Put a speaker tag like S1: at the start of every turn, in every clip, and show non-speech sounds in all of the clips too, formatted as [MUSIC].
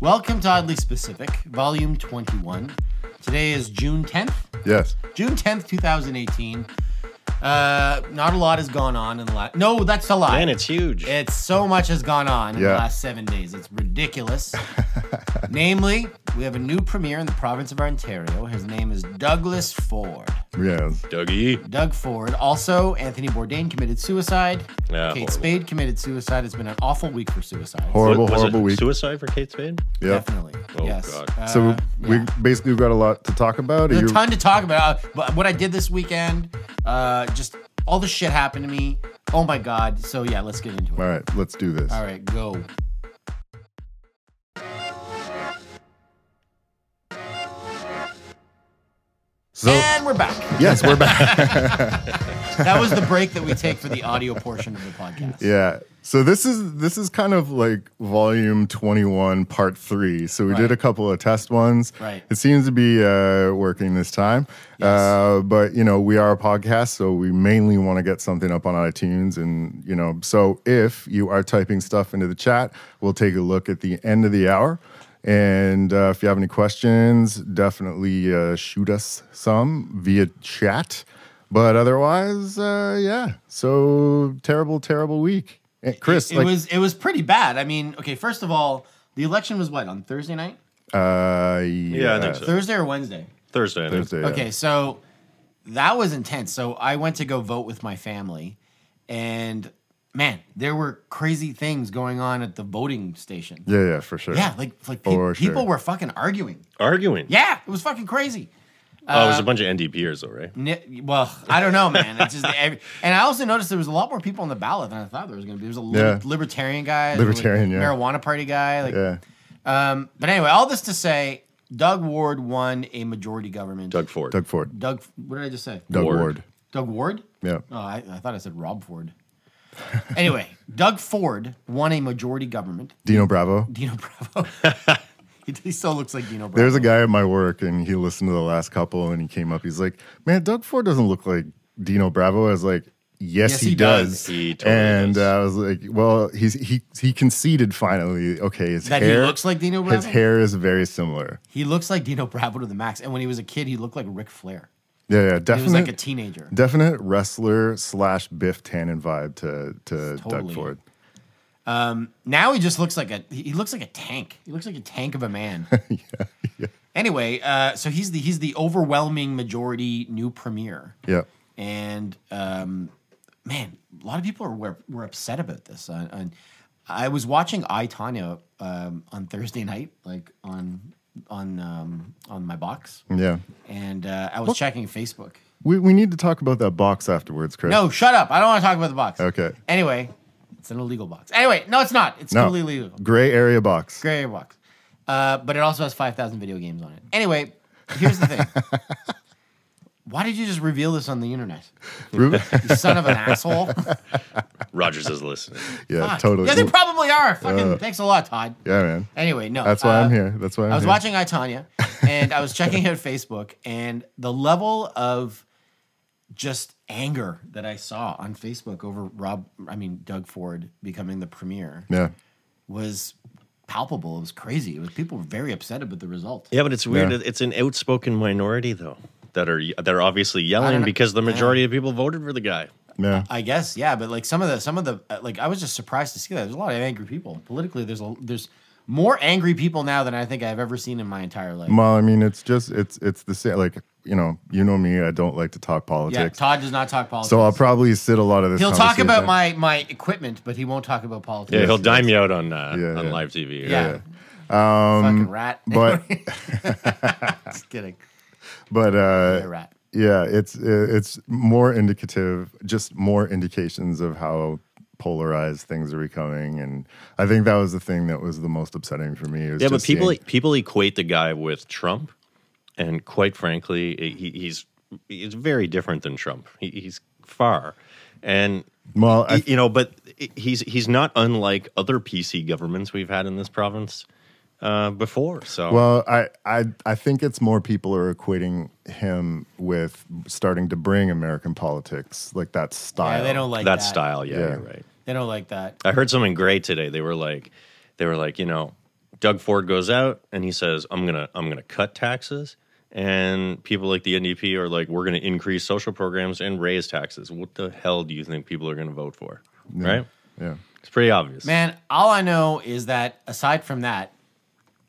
S1: Welcome to Oddly Specific, Volume 21. Today is June 10th.
S2: Yes.
S1: June 10th, 2018. Uh, not a lot has gone on in the last. No, that's a lie.
S3: Man, it's huge.
S1: It's so much has gone on in the
S2: Yeah.
S1: last seven days. It's
S3: [LAUGHS]
S1: ridiculous. Namely, we have a new premier in the province of Ontario. His name is Douglas Ford.
S2: Yes.
S3: Dougie.
S1: Doug Ford. Also, Anthony Bourdain committed suicide.
S3: Yeah,
S1: Kate
S3: horrible.
S1: Spade committed suicide. It's been an awful week for suicide.
S2: Horrible,
S3: Was it
S2: horrible week.
S3: Suicide for Kate Spade?
S2: Yep.
S1: Definitely.
S3: Oh,
S1: yes.
S3: God.
S2: So
S1: Uh,
S2: we
S1: yeah.
S2: basically we've got a lot to talk about. Are
S1: There's
S2: you-
S1: a ton to talk about. Uh, But what I did this weekend, uh, just all the shit happened to me. Oh my god. So yeah, let's get into it.
S2: All right, let's do this.
S1: All right, go.
S2: So
S1: and we're back. [LAUGHS]
S2: yes, we're back.
S1: That was the break that we take for the audio portion of the podcast.
S2: yeah. So this is this is kind of like volume 21 part 3. So we
S1: Right.
S2: did a couple of test ones.
S1: Right.
S2: It seems to be uh, working this time. Uh, but you know, we are a podcast, so we mainly want to get something up on iTunes and you know, so if you are typing stuff into the chat, we'll take a look at the end of the hour. And uh, if you have any questions, definitely uh, shoot us some via chat. But otherwise, uh, yeah. So terrible, terrible week. Eh, Chris,
S1: It
S2: like
S1: was it was pretty bad. I mean, okay, first of all, the election was what on Thursday night,
S2: uh,
S3: Yeah, I think
S2: yes.
S3: so.
S1: Thursday or Wednesday.
S3: Thursday. I think.
S2: Thursday, yeah.
S1: Okay, so that was intense. So I went to go vote with my family, and man, there were crazy things going on at the voting station.
S2: Yeah, yeah, for sure.
S1: Yeah, like like pe-
S2: For sure.
S1: people were fucking arguing.
S3: Arguing.
S1: Yeah, it was fucking crazy.
S3: Oh, it was a bunch of NDPers, though, right?
S1: Ni- Well, I don't know, man. It's just every- and I also noticed there was a lot more people on the ballot than I thought there was going to be. There was a li-
S2: Yeah.
S1: libertarian guy, there was, like,
S2: Libertarian, yeah.
S1: marijuana party guy. Like,
S2: Yeah.
S1: um, but anyway, all this to say, Doug Ward won a majority government.
S3: Doug Ford.
S2: Doug Ford.
S1: Doug, what did I just say?
S2: Doug
S3: Ward.
S2: Ward.
S1: Doug Ward.
S2: Yeah.
S1: Oh, I, I thought I said Rob Ford. anyway, Doug Ford won a majority government. [LAUGHS]
S2: Dino Bravo.
S1: Dino Bravo. he, he still looks like Dino Bravo.
S2: There's a guy at my work, and he listened to the last couple, and he came up. He's like, "Man, Doug Ford doesn't look like Dino Bravo." I was like, "Yes,
S1: Yes,
S2: he,
S1: he does.
S2: does.
S3: He totally
S2: and
S3: does.
S2: uh, I was like, "Well, he's he he conceded finally. Okay, his
S1: That he
S2: hair
S1: looks like Dino
S2: His
S1: Bravo?
S2: hair is very similar.
S1: He looks like Dino Bravo to the max. And when he was a kid, he looked like Ric Flair.
S2: Yeah, yeah,
S1: He
S2: [LAUGHS]
S1: was
S2: definite,
S1: like a teenager.
S2: definite wrestler slash Biff Tannen vibe to to
S1: Totally.
S2: Doug Ford.
S1: Now he just looks like a he he looks like a tank. He looks like a tank of a
S2: [LAUGHS]
S1: man. Anyway, uh, so he's the he's the overwhelming majority new premier.
S2: Yeah,
S1: and um, man, a lot of people are were, were upset about this. Uh, and I was watching I Tanya um, on Thursday night, like on on um, on my box,
S2: yeah.
S1: and uh, I was checking Facebook.
S2: We we need to talk about that box afterwards, Chris.
S1: No, shut up! I don't want to talk about the box.
S2: Okay.
S1: Anyway, it's an illegal box. Anyway, no, it's not. It's
S2: no.
S1: completely legal.
S2: Gray area box.
S1: Gray area box. Uh, but it also has 5,000 video games on it. Anyway, here's the
S2: [LAUGHS]
S1: thing. Why did you just reveal this on the internet? [LAUGHS]
S2: Ru-
S1: You son of an
S2: [LAUGHS]
S1: asshole.
S3: Rogers is listening.
S2: yeah,
S1: Fuck.
S2: totally. uh,
S1: Yeah, they probably are. Fucking thanks a lot, Todd.
S2: yeah, man.
S1: Anyway, no.
S2: That's why
S1: uh,
S2: I'm here. That's why I'm
S1: I was
S2: here.
S1: watching I
S2: [LAUGHS]
S1: Tanya, and I was checking out Facebook, and the level of just anger that I saw on Facebook over Rob, I mean Doug Ford becoming the premier
S2: Yeah.
S1: was palpable. It was crazy. It was people were very upset about the result.
S3: [LAUGHS] Yeah, but it's weird.
S2: Yeah.
S3: It's an outspoken minority, though, that are that are obviously yelling
S1: know.
S3: because the majority of people voted for the guy.
S2: Yeah.
S1: I guess, yeah, but like some of the some of the uh, like I was just surprised to see that there's a lot of angry people politically. There's a there's more angry people now than I think I've ever seen in my entire life.
S2: Well, I mean, it's just it's it's the same. Like you know, you know me. I don't like to talk
S1: Yeah,
S2: politics,
S1: Todd does not talk politics.
S2: so I'll probably sit a lot of this.
S1: He'll talk about
S2: conversation.
S1: my my equipment, but he won't talk about politics.
S3: Yeah, he'll dime you out on uh,
S2: Yeah,
S3: on
S2: yeah. Um,
S3: live TV.
S1: Yeah. Fucking rat. [LAUGHS]
S2: but
S1: Just kidding.
S2: but
S1: You're a
S2: uh,
S1: rat.
S2: yeah, it's uh, it's more indicative, just more indications of how polarized things are becoming, and I think that was the thing that was the most upsetting for me. was
S3: Yeah, but
S2: just
S3: people
S2: seeing-
S3: people equate the guy with Trump, and quite frankly, he, he's he's very different than Trump. He, he's far, and
S2: Well, I-
S3: y- you know, but he's he's not unlike other PC governments we've had in this province uh, before. So
S2: Well, I, I I think it's more people are equating him with starting to bring American politics like that style.
S1: Yeah, they don't like
S3: that
S1: that.
S3: style, yeah,
S2: Yeah.
S3: you're right.
S1: They don't like that.
S3: I heard something great today. They were like, they were like, you know, Doug Ford goes out and he says, "I'm gonna I'm gonna cut taxes." And people like the NDP are like, "We're gonna increase social programs and raise taxes." What the hell do you think people are gonna vote for? Right?
S2: Yeah.
S3: It's pretty obvious.
S1: Man, all I know is that aside from that,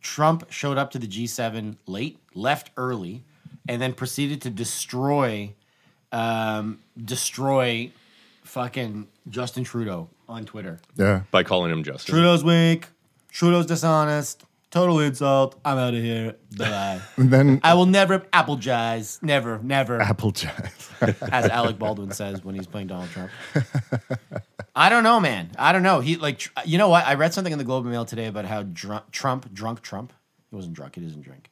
S1: Trump showed up to the G7 late, left early, and then proceeded to destroy, um, destroy, fucking Justin Trudeau on Twitter.
S2: Yeah.
S3: By calling him Justin.
S1: Trudeau's weak. Trudeau's dishonest. Total insult. I'm out of here. Bye.
S2: And then
S1: I will never apologize. Never, never.
S2: Apple Jazz.
S1: as Alec Baldwin says when he's playing Donald Trump. [LAUGHS] I don't know, man. I don't know. He like tr- you know what? I read something in the Globe and Mail today about how drunk, Trump drunk Trump. He wasn't drunk. He doesn't drink,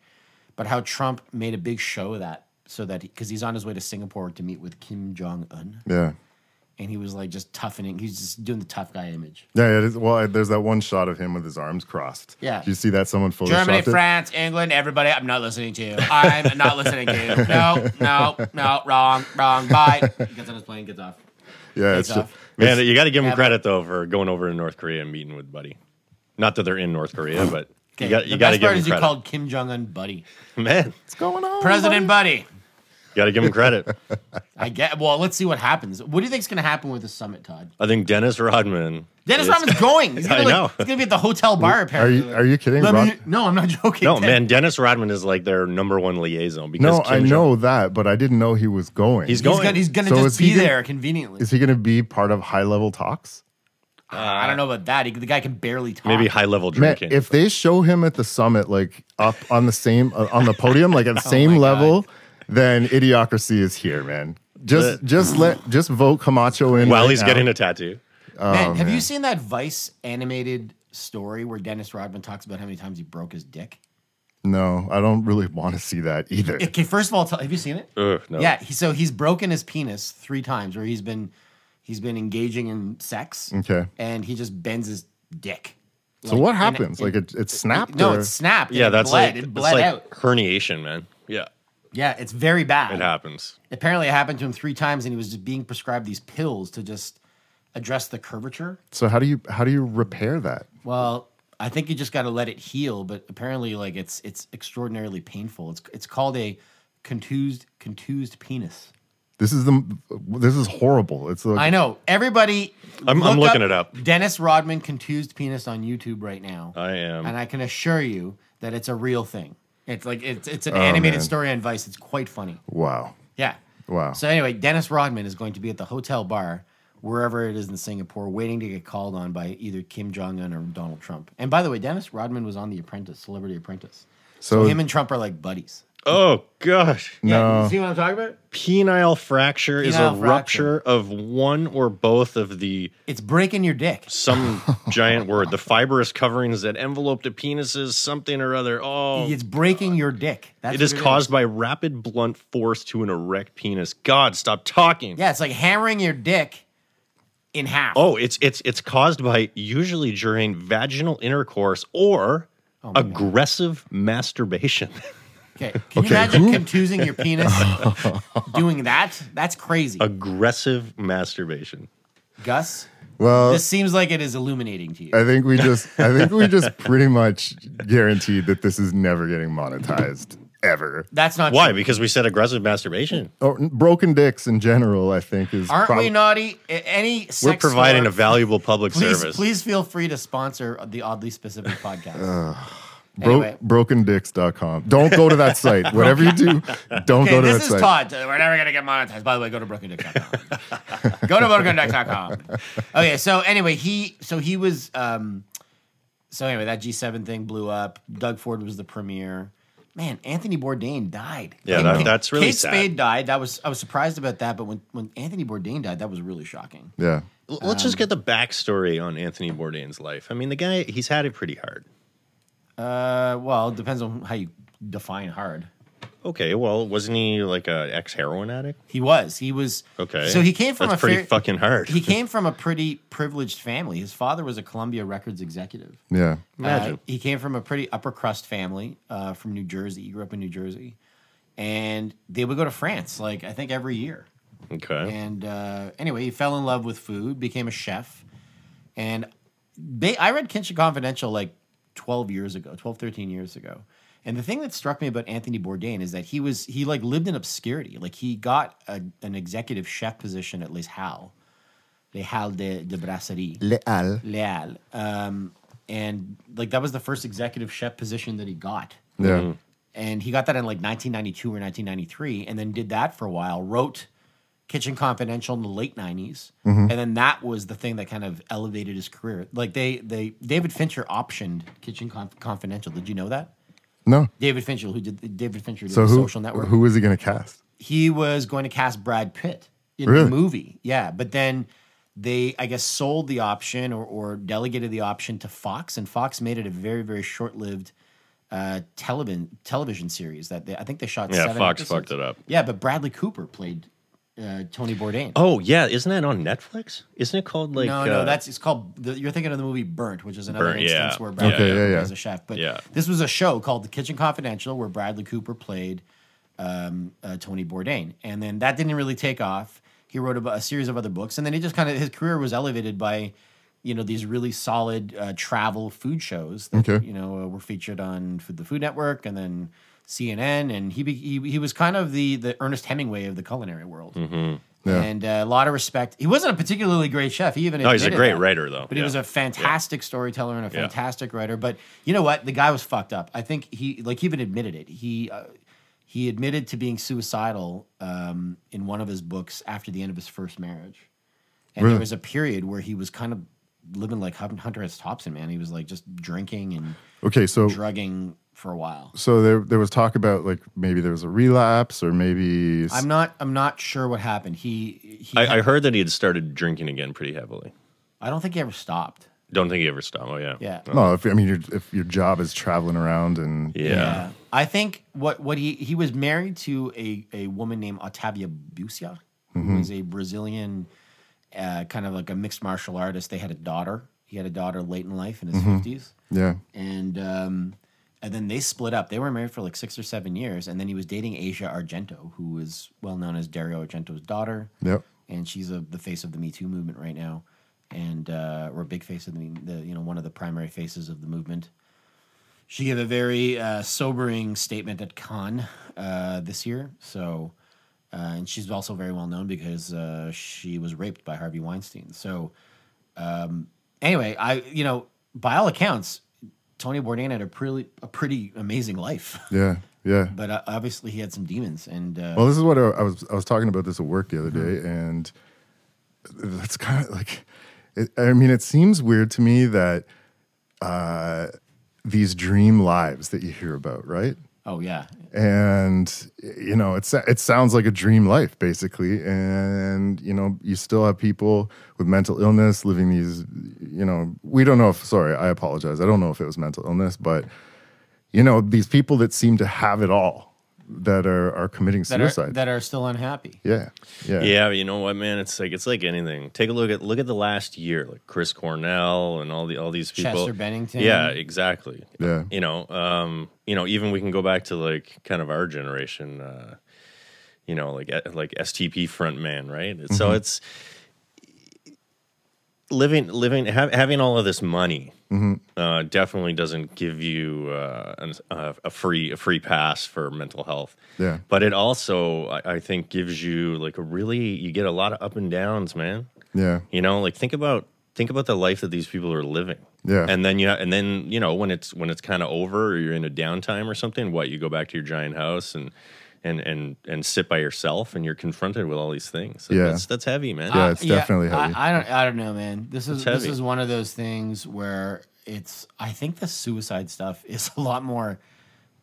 S1: but how Trump made a big show of that so that because he's on his way to Singapore to meet with Kim Jong Un,
S2: [LAUGHS] yeah.
S1: and he was like just toughening. He's just doing the tough guy image.
S2: Yeah, it is. Well, there's that one shot of him with his arms crossed.
S1: Yeah.
S2: Did you see that someone photoshopped
S1: Germany,
S2: it?
S1: France, England, everybody. I'm not listening to you. I'm not listening to
S3: [LAUGHS]
S1: you. No, no, no. Wrong, wrong. Bye. He gets on his plane, gets off.
S2: Yeah, it's
S1: Takes
S2: just,
S1: off.
S3: Man, you got to give him
S1: Yeah.
S3: credit though for going over to North Korea and meeting with Buddy. Not that they're in North Korea,
S2: Oh.
S3: but
S1: Okay.
S3: you got
S1: the
S3: you got to
S1: best
S3: give
S1: part
S3: him
S1: is you
S3: credit.
S1: called Kim Jong Un buddy.
S3: Man,
S2: what's going on?
S1: President Buddy.
S3: got to give him credit.
S1: I get. Well, let's see what happens. What do you think's going to happen with the summit, Todd?
S3: I think Dennis Rodman.
S1: Dennis
S3: is-
S1: Rodman's going. He's gonna,
S3: I
S1: like,
S3: know.
S1: He's going to be at the hotel bar.
S2: Are
S1: Apparently.
S2: you are you kidding?
S1: Let
S2: Rod-
S1: me- no, I'm not joking.
S3: [LAUGHS] No,
S1: Dennis-
S3: man, Dennis Rodman is like their number one liaison because
S2: no, I
S3: Kim Jong-
S2: know that, but I didn't know he was going.
S3: He's
S1: He's
S3: going.
S1: going. He's going to
S2: So
S1: just
S2: is he
S1: be
S2: gonna-
S1: there conveniently.
S2: Is he going to be part of high level talks?
S1: I don't know about that. He, the guy can barely talk.
S3: maybe high level
S2: Man,
S3: drinking.
S2: if they show him at the summit, like up on the same uh, on the podium, like at the same level, then idiocracy is here, man. Just
S3: The-
S2: just let just vote Camacho in
S3: while
S2: right
S3: he's
S2: now.
S3: getting a tattoo.
S1: Man, have you seen that Vice animated story where Dennis Rodman talks about how many times he broke his dick?
S2: No, I don't really want to see that either.
S1: Okay, first of all, tell, have you seen it?
S3: Ugh, Uh, no.
S1: Yeah, he, so he's broken his penis three times, where he's been he's been engaging in sex.
S2: Okay.
S1: and he just bends his dick.
S2: so what
S1: in-
S2: happens?
S1: in-
S2: like it, it snapped.
S1: no,
S2: or-
S1: it snapped.
S3: yeah, that's
S1: bled.
S3: like
S1: it
S3: that's
S1: bled
S3: like
S1: out.
S3: herniation, man. Yeah,
S1: Yeah, it's very bad.
S3: it happens.
S1: Apparently, it happened to him three times, and he was just being prescribed these pills to just address the curvature.
S2: so how do you how do you repair that?
S1: Well, I think you just got to let it heal, but apparently, like it's it's extraordinarily painful. It's it's called a contused contused penis.
S2: This is the this is horrible. It's like
S1: I know everybody.
S3: I'm- I'm looking it up.
S1: Dennis Rodman contused penis on YouTube right now.
S3: I am.
S1: and I can assure you that it's a real thing. It's like it's it's an
S2: Oh,
S1: animated
S2: man.
S1: story on Vice. It's quite funny.
S2: wow.
S1: Yeah.
S2: Wow.
S1: So anyway, Dennis Rodman is going to be at the hotel bar, wherever it is in Singapore, waiting to get called on by either Kim Jong Un or Donald Trump. And by the way, Dennis Rodman was on The Apprentice, Celebrity Apprentice. So,
S2: So-
S1: him and Trump are like buddies.
S3: Oh gosh,
S1: Yeah, you see what I'm talking about?
S3: penile fracture is a
S1: Penile fracture.
S3: rupture of one or both of the
S1: It's breaking your dick. [LAUGHS]
S3: some giant word, the fibrous coverings that envelope the penises, something or other. Oh,
S1: It's breaking your dick. That's
S3: it
S1: what
S3: is caused by rapid blunt force to an erect penis. God, stop talking.
S1: Yeah, it's like hammering your dick in half.
S3: Oh, it's it's it's caused by usually during vaginal intercourse or
S1: Oh,
S3: aggressive masturbation. [LAUGHS]
S1: Okay. Can you imagine contusing your
S2: [LAUGHS]
S1: penis doing that? That's crazy.
S3: aggressive masturbation.
S1: Gus,
S2: Well, Uh,
S1: this seems like it is illuminating to you.
S2: I think we just I think we just [LAUGHS] pretty much guaranteed that this is never getting monetized ever.
S1: That's not
S3: Why?
S1: true.
S3: Because we said aggressive masturbation.
S2: Or broken dicks in general, I think is
S1: Aren't
S2: prob-
S1: we naughty? A- Any sex
S3: We're providing
S1: store-
S3: a valuable public
S1: please,
S3: service.
S1: Please feel free to sponsor the Oddly
S3: [LAUGHS]
S1: Specific
S3: Uh,
S1: podcast.
S2: bro-
S1: anyway.
S2: brokendicks.com. Don't go to
S1: [LAUGHS]
S2: that site. Whatever you do, don't
S1: okay,
S2: go to
S1: this
S2: that
S1: is
S2: site.
S1: Todd. We're never going to get monetized. By the way, go to brokendick.com.
S3: [LAUGHS]
S1: go to brokendick.com. Okay, so anyway, he so he was um so anyway, that G7 thing blew up. Doug Ford was the premier. Man, Anthony Bourdain died.
S3: Yeah,
S1: Like,
S3: that-
S1: Kate-
S3: that's really
S1: Kate
S3: sad.
S1: Spade died. That was I was surprised about that, but when when Anthony Bourdain died, that was really shocking.
S2: Yeah.
S3: L- Let's
S1: Um,
S3: just get the backstory on Anthony Bourdain's life. I mean, the guy he's had it pretty hard.
S1: Uh, well, it depends on how you define hard.
S3: Okay, well, wasn't he like a ex heroin addict?
S1: He was. He was.
S3: Okay,
S1: So he came from
S3: That's
S1: a
S3: pretty
S1: fair-
S3: fucking hard.
S1: He came from a pretty privileged family. His father was a Columbia Records executive.
S2: Yeah.
S3: Imagine.
S1: Uh, he came from a pretty upper crust family uh, from New Jersey. He grew up in New Jersey, and they would go to France like I think every year.
S3: okay,
S1: And uh, anyway, he fell in love with food, became a chef, and they, I read Kitchen Confidential like 12 years ago, 12, 13 years ago. And the thing that struck me about Anthony Bourdain is that he was he like lived in obscurity. Like he got a, an executive chef position at Les Halles, Les Halles de, de Brasserie.
S2: Leal.
S1: Leal. Um, and like that was the first executive chef position that he got.
S2: Yeah.
S1: Mm. And he got that in like 1992 or 1993 and then did that for a while, wrote Kitchen Confidential in the late 90s.
S2: Mm-hmm.
S1: And then that was the thing that kind of elevated his career. Like they they David Fincher optioned Kitchen Conf- Confidential. Did you know that?
S2: No.
S1: David Fincher who did David Fincher did the
S2: So who
S1: Social Network
S2: who is he going to cast?
S1: he was going to cast Brad Pitt in
S2: Really?
S1: the movie. Yeah, but then they, I guess, sold the option or, or delegated the option to Fox, and Fox made it a very, very short-lived uh, television television series that they, I think they shot.
S3: Yeah,
S1: seven
S3: Fox
S1: episodes.
S3: fucked it up.
S1: Yeah, but Bradley Cooper played uh, Tony Bourdain.
S3: Oh yeah, isn't that on Netflix? Isn't it called like?
S1: no,
S3: uh,
S1: no, that's it's called. The, you're thinking of the movie Burnt, which is another
S3: Burnt, yeah.
S1: instance where Bradley
S2: Okay, yeah,
S1: Cooper
S2: yeah.
S1: was a chef. But
S3: Yeah.
S1: this was a show called The Kitchen Confidential where Bradley Cooper played um, uh, Tony Bourdain, and then that didn't really take off. He wrote about a series of other books, and then he just kind of his career was elevated by, you know, these really solid uh, travel food shows that
S2: Okay.
S1: you know uh, were featured on Food, the Food Network, and then. CNN and he, be, he he was kind of the the Ernest Hemingway of the culinary world,
S3: Mm-hmm.
S2: Yeah.
S1: and uh, a lot of respect. He wasn't a particularly great chef. He even
S3: No, he's a
S1: admitted
S3: great
S1: that.
S3: writer, though.
S1: But
S3: Yeah.
S1: he was a fantastic storyteller and a
S3: Yeah.
S1: fantastic writer. But you know what? The guy was fucked up. I think he like he even admitted it. He uh, he admitted to being suicidal um, in one of his books after the end of his first marriage. And
S2: Really?
S1: there was a period where he was kind of living like Hun- Hunter S. Thompson, man. He was like just drinking and
S2: Okay, so
S1: drugging for a while.
S2: so there there was talk about like maybe there was a relapse or maybe s-
S1: I'm not I'm not sure what happened. He he
S3: I, I heard that he had started drinking again pretty heavily.
S1: I don't think he ever stopped.
S3: Don't think he ever stopped. Oh yeah.
S1: Yeah.
S2: no. If I mean, your, if your job is traveling around and
S3: Yeah.
S1: I think what what he he was married to a a woman named Otavia Busia, who is a Brazilian uh, kind of like a mixed martial artist. They had a daughter. He had a daughter late in life in his 50s
S2: yeah,
S1: and um and then they split up. They were married for like six or seven years, and then he was dating Asia Argento, who is well known as Dario Argento's daughter
S2: yep,
S1: and she's a, the face of the Me Too movement right now, and uh, or a big face of the, the you know one of the primary faces of the movement. She gave a very uh, sobering statement at Cannes uh, this year. So, uh, and she's also very well known because uh, she was raped by Harvey Weinstein. So, um, anyway, I you know by all accounts, Tony Bourdain had a pretty a pretty amazing life, [LAUGHS]
S2: yeah, yeah.
S1: but uh, obviously he had some demons. And uh,
S2: Well, this is what I, I was I was talking about this at work the other
S1: Mm-hmm.
S2: day, and that's kind of like, it, I mean, it seems weird to me that uh, these dream lives that you hear about, right?
S1: oh yeah,
S2: and you know it's it sounds like a dream life basically and you know you still have people with mental illness living these you know we don't know if sorry i apologize i don't know if it was mental illness but you know these people that seem to have it all that are are committing
S1: that are,
S2: suicide
S1: that are still unhappy.
S2: yeah yeah
S3: Yeah, but you know what, man? It's like it's like anything. Take a look at look at the last year, like Chris Cornell and all the all these people.
S1: Chester Bennington.
S3: Yeah, exactly.
S2: Yeah.
S3: You know, um, you know, even we can go back to like kind of our generation, uh, you know, like eh, like STP frontman, right? So it's living living ha- having all of this money uh, definitely doesn't give you uh, an, uh, a free a free pass for mental health.
S2: Yeah.
S3: but it also I, I think gives you like a really you get a lot of up and downs, man.
S2: yeah
S3: You know, like think about think about the life that these people are living.
S2: Yeah.
S3: and then you ha- and then you know when it's when it's kind of over or you're in a downtime or something, what you go back to your giant house and. And, and and sit by yourself, and you're confronted with all these things.
S2: Yeah.
S3: that's, that's heavy, man.
S2: Yeah, it's definitely heavy.
S1: Uh, I, I don't. I don't know, man. This is
S3: It's
S1: this
S3: heavy.
S1: is one of those things where it's. I think the suicide stuff is a lot more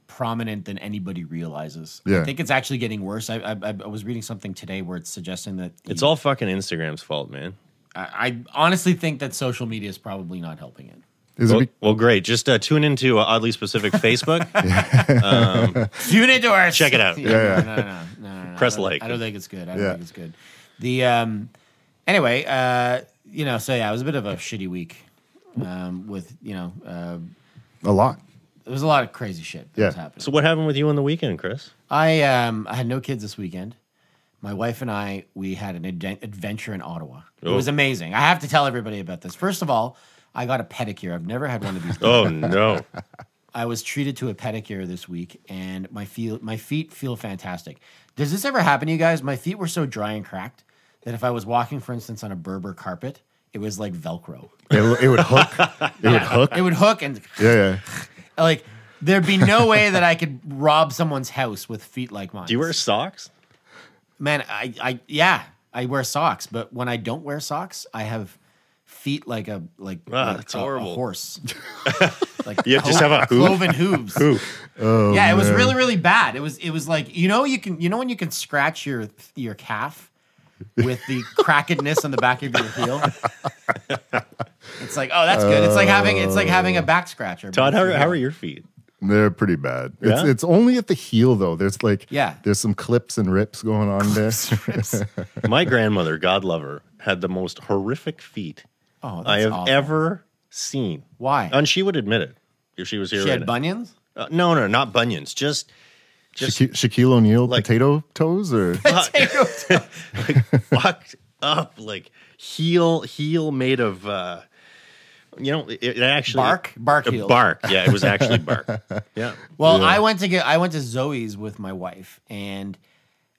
S1: prominent than anybody realizes.
S2: Yeah.
S1: I think it's actually getting worse. I I, I I was reading something today where it's suggesting that
S3: It's all fucking Instagram's fault, man.
S1: I, I honestly think that social media is probably not helping
S3: [LAUGHS]
S1: it.
S2: is
S3: Well,
S2: it be-
S3: well, great. Just uh, tune into uh,
S2: [LAUGHS]
S3: Oddly Specific Facebook.
S1: Tune into our
S3: Check it out.
S1: Yeah, no, no, no, no, no, no.
S3: Press
S1: I don't-
S3: like.
S1: I don't think it's good. I don't
S2: Yeah.
S1: think it's good. The um, anyway, uh, you know, so yeah, it was a bit of a shitty week. Um, with you know, uh,
S2: a lot
S1: there was a lot of crazy shit that
S2: Yeah.
S1: was happening.
S3: So, what happened with you on the weekend, Chris?
S1: I um I had no kids this weekend. My wife and
S2: Oh.
S1: I we had an advent adventure in Ottawa. It was amazing. I have to tell everybody about this. First of all, I got a pedicure. I've never had one of these.
S2: [LAUGHS]
S3: Oh no.
S1: I was treated to a pedicure this week, and my feel my feet feel fantastic. Does this ever happen to you guys? My feet were so dry and cracked that if I was walking, for instance, on a Berber carpet, it was like Velcro.
S2: It, it would
S3: [LAUGHS]
S2: hook. It
S1: [LAUGHS]
S2: would hook.
S1: It would hook and
S2: Yeah, yeah.
S1: like there'd be no way that I could rob someone's house with feet like mine.
S3: Do you wear socks?
S1: Man, I, I yeah, I wear socks, but when I don't wear socks, I have feet like a like,
S3: Ah,
S1: like
S3: that's
S1: a, a
S3: horrible. [LAUGHS]
S1: horse. like
S3: You just have a hoof?
S1: cloven hooves. yeah, it was really really bad. It was it was like you know you can you know when you can scratch your your calf with
S3: [LAUGHS]
S1: the crackedness on the back of your heel. It's like oh that's good. It's like having it's like having a back scratcher. but
S3: Todd,
S1: it's
S3: how,
S1: your
S3: how
S1: heel.
S3: are your feet?
S2: They're pretty bad. It's
S3: Yeah?
S2: it's only at the heel though. There's like
S1: Yeah.
S2: There's some clips and rips going on there.
S1: [LAUGHS]
S3: My grandmother, God love her, had the most horrific feet
S1: Oh, that's
S3: I have
S1: awful.
S3: ever seen.
S1: Why?
S3: And she would admit it if she was here.
S1: She
S3: right
S1: had
S3: now.
S1: bunions.
S3: Uh, no, no, not bunions. Just [LAUGHS] just
S2: Shaqu- Shaquille O'Neal
S3: Like-
S2: potato toes
S3: [LAUGHS]
S2: or
S1: [LAUGHS] Potato toast. [LAUGHS]
S3: like, fucked up, like heel heel made of. uh you know, it, it actually
S1: Bark? Bark
S3: Uh,
S1: heels.
S3: bark. Yeah, it was
S1: [LAUGHS]
S3: actually bark. yeah,
S1: Well, I went to get I went to Zoe's with my wife, and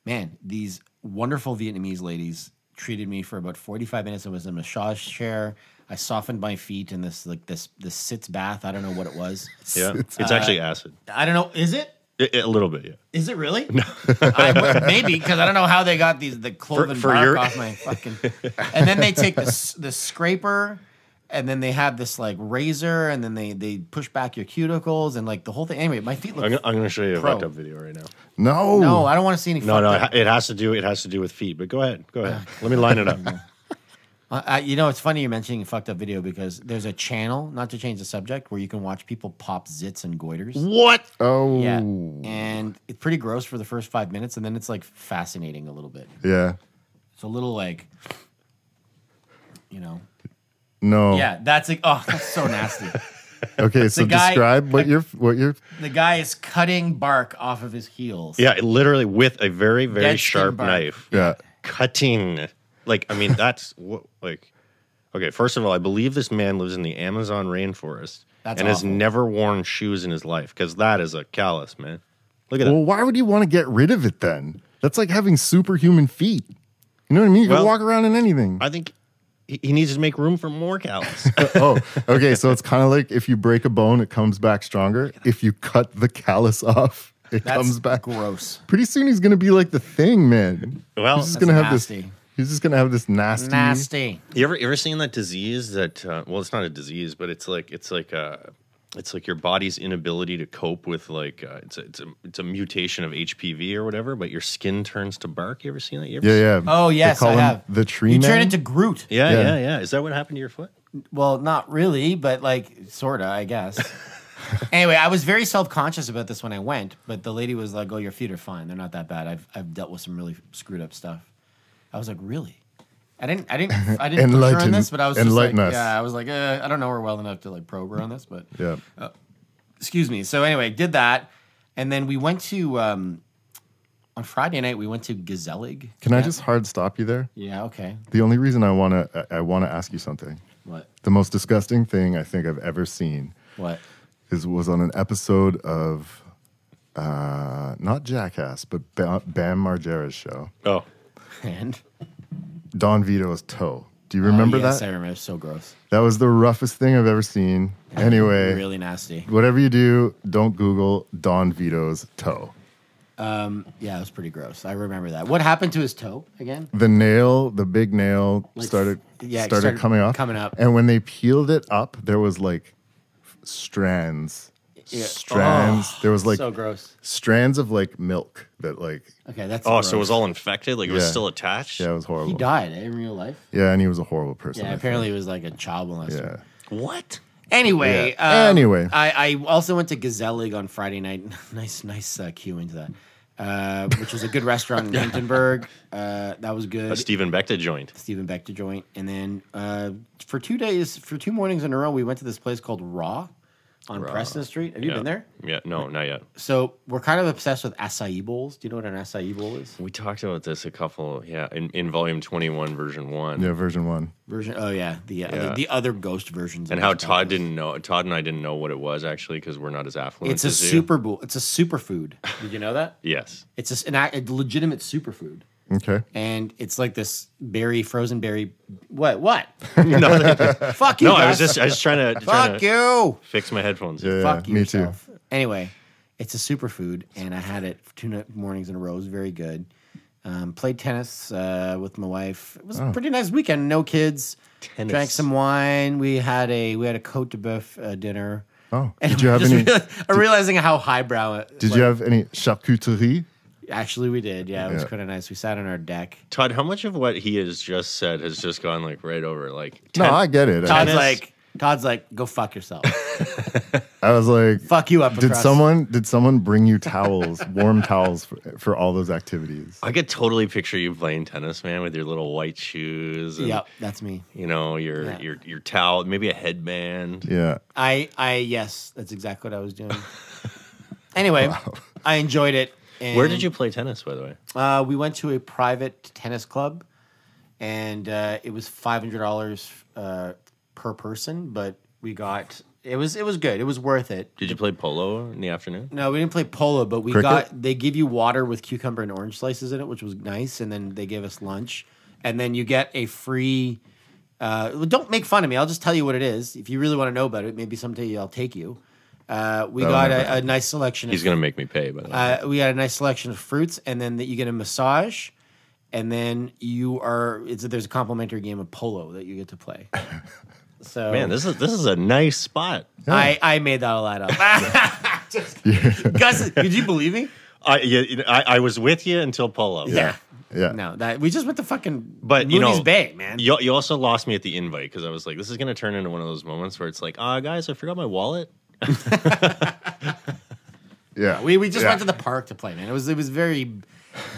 S1: man, these wonderful Vietnamese ladies treated me for about forty five minutes. It was a massage chair. I softened my feet in this like this this sits bath. I don't know what it was.
S3: yeah, it's actually acid.
S1: I don't know. Is it?
S3: It- it- a little bit, yeah.
S1: Is it really? No. [LAUGHS] I, maybe because I don't know how they got these the cloven
S3: for
S1: bark
S3: your-
S1: off my fucking. [LAUGHS] And then they take the s- the scraper, and then they have this like razor, and then they they push back your cuticles and like the whole thing. Anyway, my feet look.
S3: I'm, gonna- I'm going to show you a
S1: Pro.
S3: fucked up video right now.
S2: no.
S1: no, I don't want to see any.
S3: No,
S1: fucked
S3: no,
S1: up-
S3: it ha- it has to do. It has to do with feet. But go ahead, go ahead. Let me line
S1: [LAUGHS]
S3: it up.
S1: Uh, I, you know, it's funny you're mentioning fucked up video because there's a channel, not to change the subject, where you can watch people pop zits and goiters.
S3: what?
S2: Oh.
S1: Yeah. And it's pretty gross for the first five minutes, and then it's like fascinating a little bit.
S2: Yeah.
S1: It's a little like, you know.
S2: No.
S1: Yeah, that's like, oh, that's so
S2: [LAUGHS]
S1: nasty.
S2: Okay. So
S1: guy-
S2: describe
S1: [LAUGHS]
S2: what your what your
S1: the guy is cutting bark off of his heels.
S3: Yeah, it literally with a very very
S1: Dead skin
S3: sharp
S1: bark.
S3: knife,
S2: yeah.
S3: cutting. Like I mean, that's what like. Okay, first of all, I believe this man lives in the Amazon rainforest
S1: That's
S3: and has
S1: awful.
S3: never worn shoes in his life because that is a callus, man. Look at that.
S2: Well, why would you want to get rid of it then? That's like having superhuman feet. You know what I mean? You
S3: Well-
S2: can walk around in anything.
S3: I think he he needs to make room for more callus.
S2: [LAUGHS] oh, okay. So it's kind of like if you break a bone, it comes back stronger. If you cut the callus off, it
S1: That's
S2: comes back.
S1: gross.
S2: Pretty soon he's gonna be like the thing, man.
S3: Well,
S2: he's just
S1: That's
S2: gonna have this.
S1: nasty.
S2: He's just gonna have this nasty.
S1: Nasty.
S3: You ever you ever seen that disease that uh, well it's not a disease but it's like it's like uh it's like your body's inability to cope with like uh, it's a, it's a it's a mutation of HPV or whatever but your skin turns to bark. You ever seen that? You ever
S2: Yeah,
S3: seen-
S2: yeah.
S1: Oh,
S2: They
S1: yes,
S2: call
S1: I
S2: him
S1: have.
S2: the tree.
S1: You
S2: man.
S1: turn into Groot.
S3: yeah,
S2: Yeah.
S3: yeah, yeah. Is that what happened to your foot?
S1: Well, not really, but like sorta, I guess. anyway, I was very self conscious about this when I went, but the lady was like, "Oh, your feet are fine. They're not that bad. I've I've dealt with some really screwed up stuff." I was like, "Really?" I didn't I didn't I didn't put her on
S2: Enlighten-
S1: this, but I was just like,
S2: enlighten us.
S1: yeah, I was like, uh, I don't know her well enough to like probe her on this, but
S2: Yeah.
S1: excuse me. So anyway, did that, and then we went to um, on Friday night we went to Gazelig.
S2: Can I just hard stop you there?
S1: Yeah. Okay.
S2: The only reason I wanna I- I wanna ask you something.
S1: What?
S2: The most disgusting thing I think I've ever seen
S1: What? [LAUGHS]
S2: is was on an episode of uh, not Jackass, but Ba- Bam Margera's show.
S3: Oh,
S1: And
S2: Don Vito's toe. Do you remember
S1: Oh, yes,
S2: that?
S1: I remember. So gross.
S2: That was the roughest thing I've ever seen. Anyway,
S1: Really nasty.
S2: whatever you do, don't Google Don Vito's toe.
S1: Yeah, it was pretty gross. I remember that. What happened to his toe again?
S2: The nail, the big nail,
S1: Like,
S2: started
S1: yeah, it
S2: started,
S1: started
S2: coming up.
S1: coming up.
S2: and when they peeled it up, there was like f- strands,
S1: Yeah. Oh,
S2: strands. there was like
S1: so gross.
S2: strands of like milk that like
S1: Okay, that's
S3: oh, so it was
S1: gross.
S3: all infected, like it was
S2: Yeah.
S3: still attached.
S2: yeah, it was horrible.
S1: he died eh, in real life.
S2: Yeah, and he was a horrible person.
S1: Yeah,
S2: I
S1: apparently he was like a child molester.
S2: think. Yeah.
S3: What?
S1: Anyway,
S2: Yeah.
S1: um,
S2: Anyway.
S1: I, I also went to Gazelle League on Friday night. [LAUGHS] nice, nice uh, cue into that, uh, which was a good restaurant in Hindenburg. Uh, that was good.
S3: A Stephen Becta joint.
S1: Stephen Beck to joint, and then uh, for two days, for two mornings in a row, we went to this place called Raw, on Preston Street. Have you
S3: yeah.
S1: been there?
S3: Yeah, no, not yet.
S1: So we're kind of obsessed with acai bowls. Do you know what an acai bowl is?
S3: We talked about this a couple, yeah, in, in volume 21, version one.
S2: Yeah, version one.
S1: Version. Oh yeah, the uh,
S3: Yeah.
S1: The, the other ghost versions. of
S3: And how
S1: these
S3: Todd
S1: tacos.
S3: didn't know, Todd and I didn't know what it was actually because we're not as affluent.
S1: It's a
S3: as you.
S1: super bowl. It's a
S3: [LAUGHS]
S1: superfood. Did you know that?
S3: Yes.
S1: It's a s- an, a a legitimate superfood,
S2: Okay.
S1: and it's like this berry, frozen berry. What?
S3: [LAUGHS]
S1: What?
S3: [LAUGHS] No,
S1: Fuck you.
S3: no, I was
S1: Gus.
S3: just I was trying to, trying
S1: Fuck
S3: to
S1: you.
S3: fix my headphones.
S2: Yeah,
S1: Fuck
S2: me too.
S1: yourself. Anyway, it's a superfood, and I had it two night- mornings in a row. It was very good. Um, played tennis uh, with my wife. It
S2: Oh.
S1: was a pretty nice weekend. No kids.
S3: Tennis.
S1: Drank some wine. We had a we had a Cote de Boeuf uh, dinner. [LAUGHS]
S2: Oh, did you have
S1: Just
S2: any?
S1: reali- I'm realizing how highbrow it.
S2: Did you have any charcuterie?
S1: Actually, we did. Yeah, it was
S2: Yeah.
S1: kind of nice. We sat on our deck.
S3: Todd, how much of what he has just said has just gone like right over? Like,
S2: No,
S3: ten-
S2: I get it. I,
S1: Todd's
S3: Tennis.
S1: like, Todd's like, go fuck yourself.
S2: I was like,
S1: fuck you up.
S2: did
S1: across-
S2: someone did someone bring you towels, warm towels for, for all those activities?
S3: I could totally picture you playing tennis, man, with your little white shoes and
S1: Yep, that's me.
S3: you know your
S1: Yeah.
S3: your your towel, maybe a headband.
S2: Yeah.
S1: I, I, yes, that's exactly what I was
S3: [LAUGHS]
S1: doing. anyway, I enjoyed it. And,
S3: Where did you play tennis, by the way?
S1: Uh, we went to a private tennis club, and uh, it was five hundred dollars uh, per person. But we got it was it was good. It was worth it.
S3: Did you play polo in the afternoon?
S1: No, we didn't play polo, but we
S2: Cricket?
S1: got they give you water with cucumber and orange slices in it, which was nice. And then they gave us lunch, and then you get a free. Uh, well, don't make fun of me. I'll just tell you what it is. If you really want to know about it, maybe someday I'll take you. Uh, we got
S2: never
S1: a, a nice selection.
S3: He's
S1: of,
S3: gonna make me pay, by the way.
S1: uh, we got a nice selection of fruits, and then that you get a massage, and then you are. It's, there's a complimentary game of polo that you get to play. So
S3: man, this is this is a nice spot.
S1: I I made that all that up. [LAUGHS] Just- Gus, did you believe me?
S3: I, yeah, I I was with you until polo.
S1: Yeah.
S2: Yeah.
S1: No, that we just went to fucking
S3: But you
S1: Mooney's
S3: know,
S1: Bay, man.
S3: You, you also lost me at the invite because I was like, this is going to turn into one of those moments where it's like, ah, guys, I forgot my wallet.
S2: Yeah.
S1: we we just
S2: Yeah.
S1: went to the park to play, man. It was it was very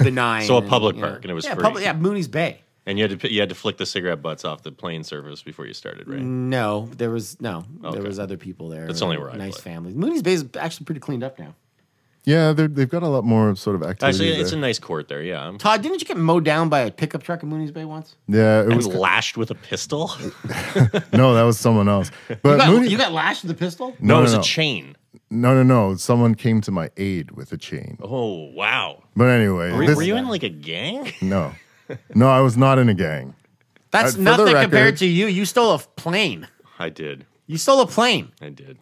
S1: benign.
S3: So a
S1: and,
S3: public
S1: you know-
S3: park, and it was
S1: yeah,
S3: free.
S1: public, yeah, Mooney's Bay.
S3: And you had to pi- you had to flick the cigarette butts off the plane surface before you started, right?
S1: No, there was no,
S3: Okay.
S1: there was other people there.
S3: That's only where I
S1: nice
S3: play.
S1: families. Mooney's Bay is actually pretty cleaned up now.
S2: Yeah, they're- they've got a lot more sort of activities.
S3: Actually, it's a
S2: there.
S3: nice court there. Yeah, [LAUGHS] I'm
S1: Todd, didn't you get mowed down by a pickup truck in Mooney's Bay once?
S2: yeah, it
S3: I
S2: was
S3: was [LAUGHS] lashed with a pistol.
S2: no, that was someone else. But
S1: [LAUGHS] You got,
S2: Mooney, Uh,
S1: you got lashed with a pistol?
S3: No, it was
S2: no, no.
S3: a chain.
S2: no, no, no. Someone came to my aid with a chain.
S3: Oh wow!
S2: But anyway,
S3: Were,
S2: this-
S3: were you in like a gang? [LAUGHS]
S1: [LAUGHS]
S2: no, no, I was not in a gang.
S1: That's
S2: Uh, for the
S1: nothing
S2: record-
S1: compared to you. You stole a plane.
S3: I did.
S1: You stole a plane.
S3: I did.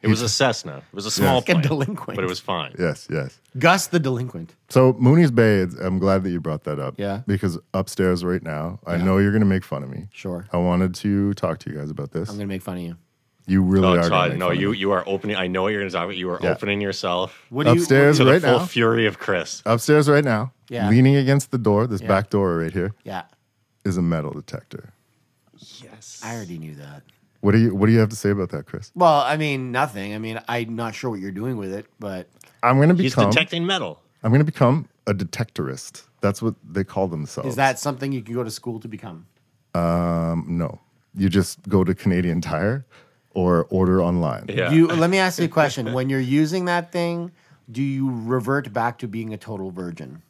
S3: It was a Cessna. It was a small
S1: Like a
S3: [LAUGHS] plane,
S1: delinquent.
S3: but it was fine.
S2: Yes, yes.
S1: Gus the delinquent.
S2: So Mooney's Bay, it's- I'm glad that you brought that up.
S1: Yeah.
S2: Because upstairs right now, I know you're going to make fun of me.
S1: Sure.
S2: I wanted to talk to you guys about this.
S1: I'm gonna make fun of you.
S2: you really
S3: Oh,
S2: are. gonna
S3: Todd,
S2: make
S3: no,
S2: fun of
S3: you
S2: me.
S3: you are opening. I know what you're going to talk about. You are
S2: Yeah.
S3: opening yourself
S1: What do
S2: Upstairs
S1: you?
S3: to the
S2: right
S3: full
S2: now.
S3: fury of Chris.
S2: upstairs right now.
S1: Yeah.
S2: Leaning against the door, this
S1: Yeah.
S2: back door right here,
S1: Yeah,
S2: is a metal detector.
S3: Yes.
S1: I already knew that.
S2: What do you What do you have to say about that, Chris?
S1: Well, I mean, nothing. I mean, I'm not sure what you're doing with it, but
S2: I'm going to
S3: He's
S2: become.
S3: detecting metal.
S2: I'm going to become a detectorist. That's what they call themselves.
S1: is that something you can go to school to become?
S2: Um, no, you just go to Canadian Tire or order online.
S3: Yeah.
S1: You let me ask you a question. when you're using that thing, do you revert back to being a total virgin?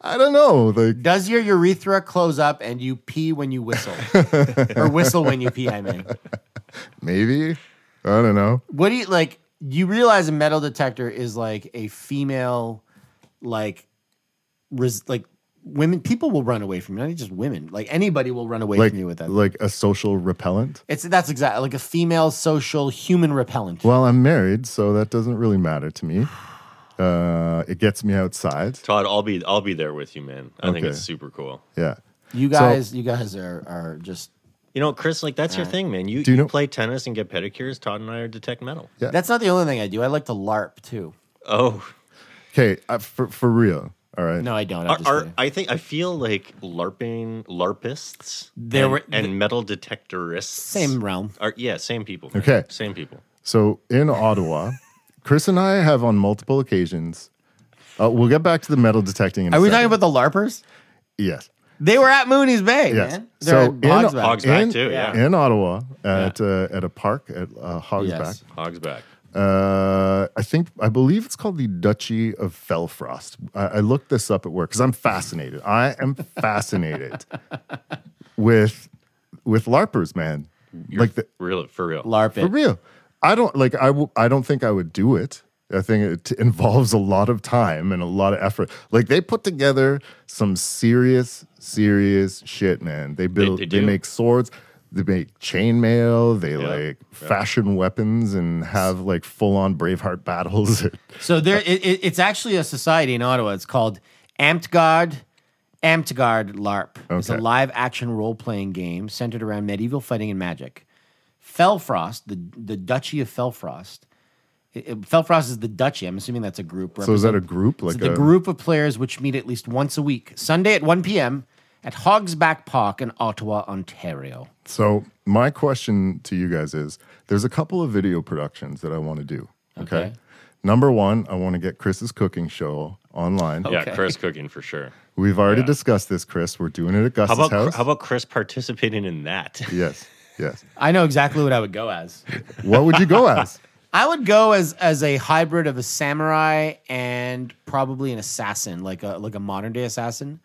S2: I don't know. Like
S1: Does your urethra close up and you pee when you whistle, or whistle when you pee? I mean,
S2: maybe. I don't know.
S1: what do you like? You realize a metal detector is like a female, like, res, like women. People will run away from you. Not just women. Like anybody will run away
S2: Like
S1: from you with that.
S2: like a social repellent.
S1: It's that's exactly like a female social human repellent.
S2: Well, I'm married, so that doesn't really matter to me. [SIGHS] Uh, it gets me outside.
S3: Todd, I'll be I'll be there with you, man. I think
S2: Okay.
S3: it's super cool.
S2: Yeah.
S1: you guys, you guys are are just.
S3: You know, Chris, like that's your thing, man. You,
S2: you
S3: you,
S2: know-
S3: play tennis and get pedicures. Todd and I are detect metal.
S2: Yeah.
S1: That's not the only thing I do. I like to LARP too.
S3: Oh,
S2: Okay. Uh, for for real. All right.
S1: No, I don't. I'm
S3: are,
S1: just
S3: are,
S1: kidding.
S3: I think I feel like larping larpists.
S1: There
S3: and,
S1: were-
S3: and metal detectorists.
S1: same realm.
S3: Are, yeah, same people. man.
S2: Okay.
S3: same people.
S2: So in Ottawa, Chris and I have on multiple occasions. Uh, we'll get back to the metal detecting. In a
S1: Are we
S2: second.
S1: talking about the LARPers?
S2: Yes.
S1: They were at Mooney's Bay,
S2: Yes.
S1: man.
S2: So
S1: They're at
S2: in-
S1: Bog's Bay.
S3: Hogs back
S2: And-
S3: too. Yeah.
S2: in Ottawa at uh, at a park at uh, Hogsback.
S1: Yes.
S3: Hogs back.
S2: Uh, I think I believe it's called the Duchy of Felfrost. I, I looked this up at work because I'm fascinated. I am
S1: [LAUGHS]
S2: fascinated with with larpers, man. like the,
S3: Real for real.
S1: LARP
S2: for
S1: it.
S2: real. I don't like. I w- I don't think I would do it. I think it involves a lot of time and a lot of effort. Like they put together some serious, serious shit, man. They build.
S3: they
S2: They,
S3: do.
S2: make swords. They make chainmail. They
S3: Yeah,
S2: like fashion weapons and have like full on Braveheart [LAUGHS] battles.
S1: So there, it, it, it's actually a society in Ottawa. It's called Amptgard. Amptgard LARP It's a
S2: Okay.
S1: live action role playing game centered around medieval fighting and magic. Felfrost, the the Duchy of Felfrost. it- it- Felfrost is the Duchy. I'm assuming that's a group.
S2: so is that a
S1: represent-
S2: group? Like
S1: it's the
S2: a
S1: group of players which meet at least once a week, Sunday at 1 p.m. at Hogsback Park in Ottawa, Ontario.
S2: So my question to you guys is: There's a couple of video productions that I want to do. Okay.
S1: Okay.
S2: Number one, I want to get Chris's cooking show online.
S3: Yeah, Chris cooking for sure.
S2: We've already discussed this, Chris. We're doing it at Gus's
S3: How about
S2: house.
S3: how about Chris participating in
S2: [LAUGHS]
S3: that?
S2: yes, yes.
S1: I know exactly what I would go as.
S2: What would
S1: [LAUGHS]
S2: you go as?
S1: I would go as as a hybrid of a samurai and probably an assassin, like a like a modern day assassin.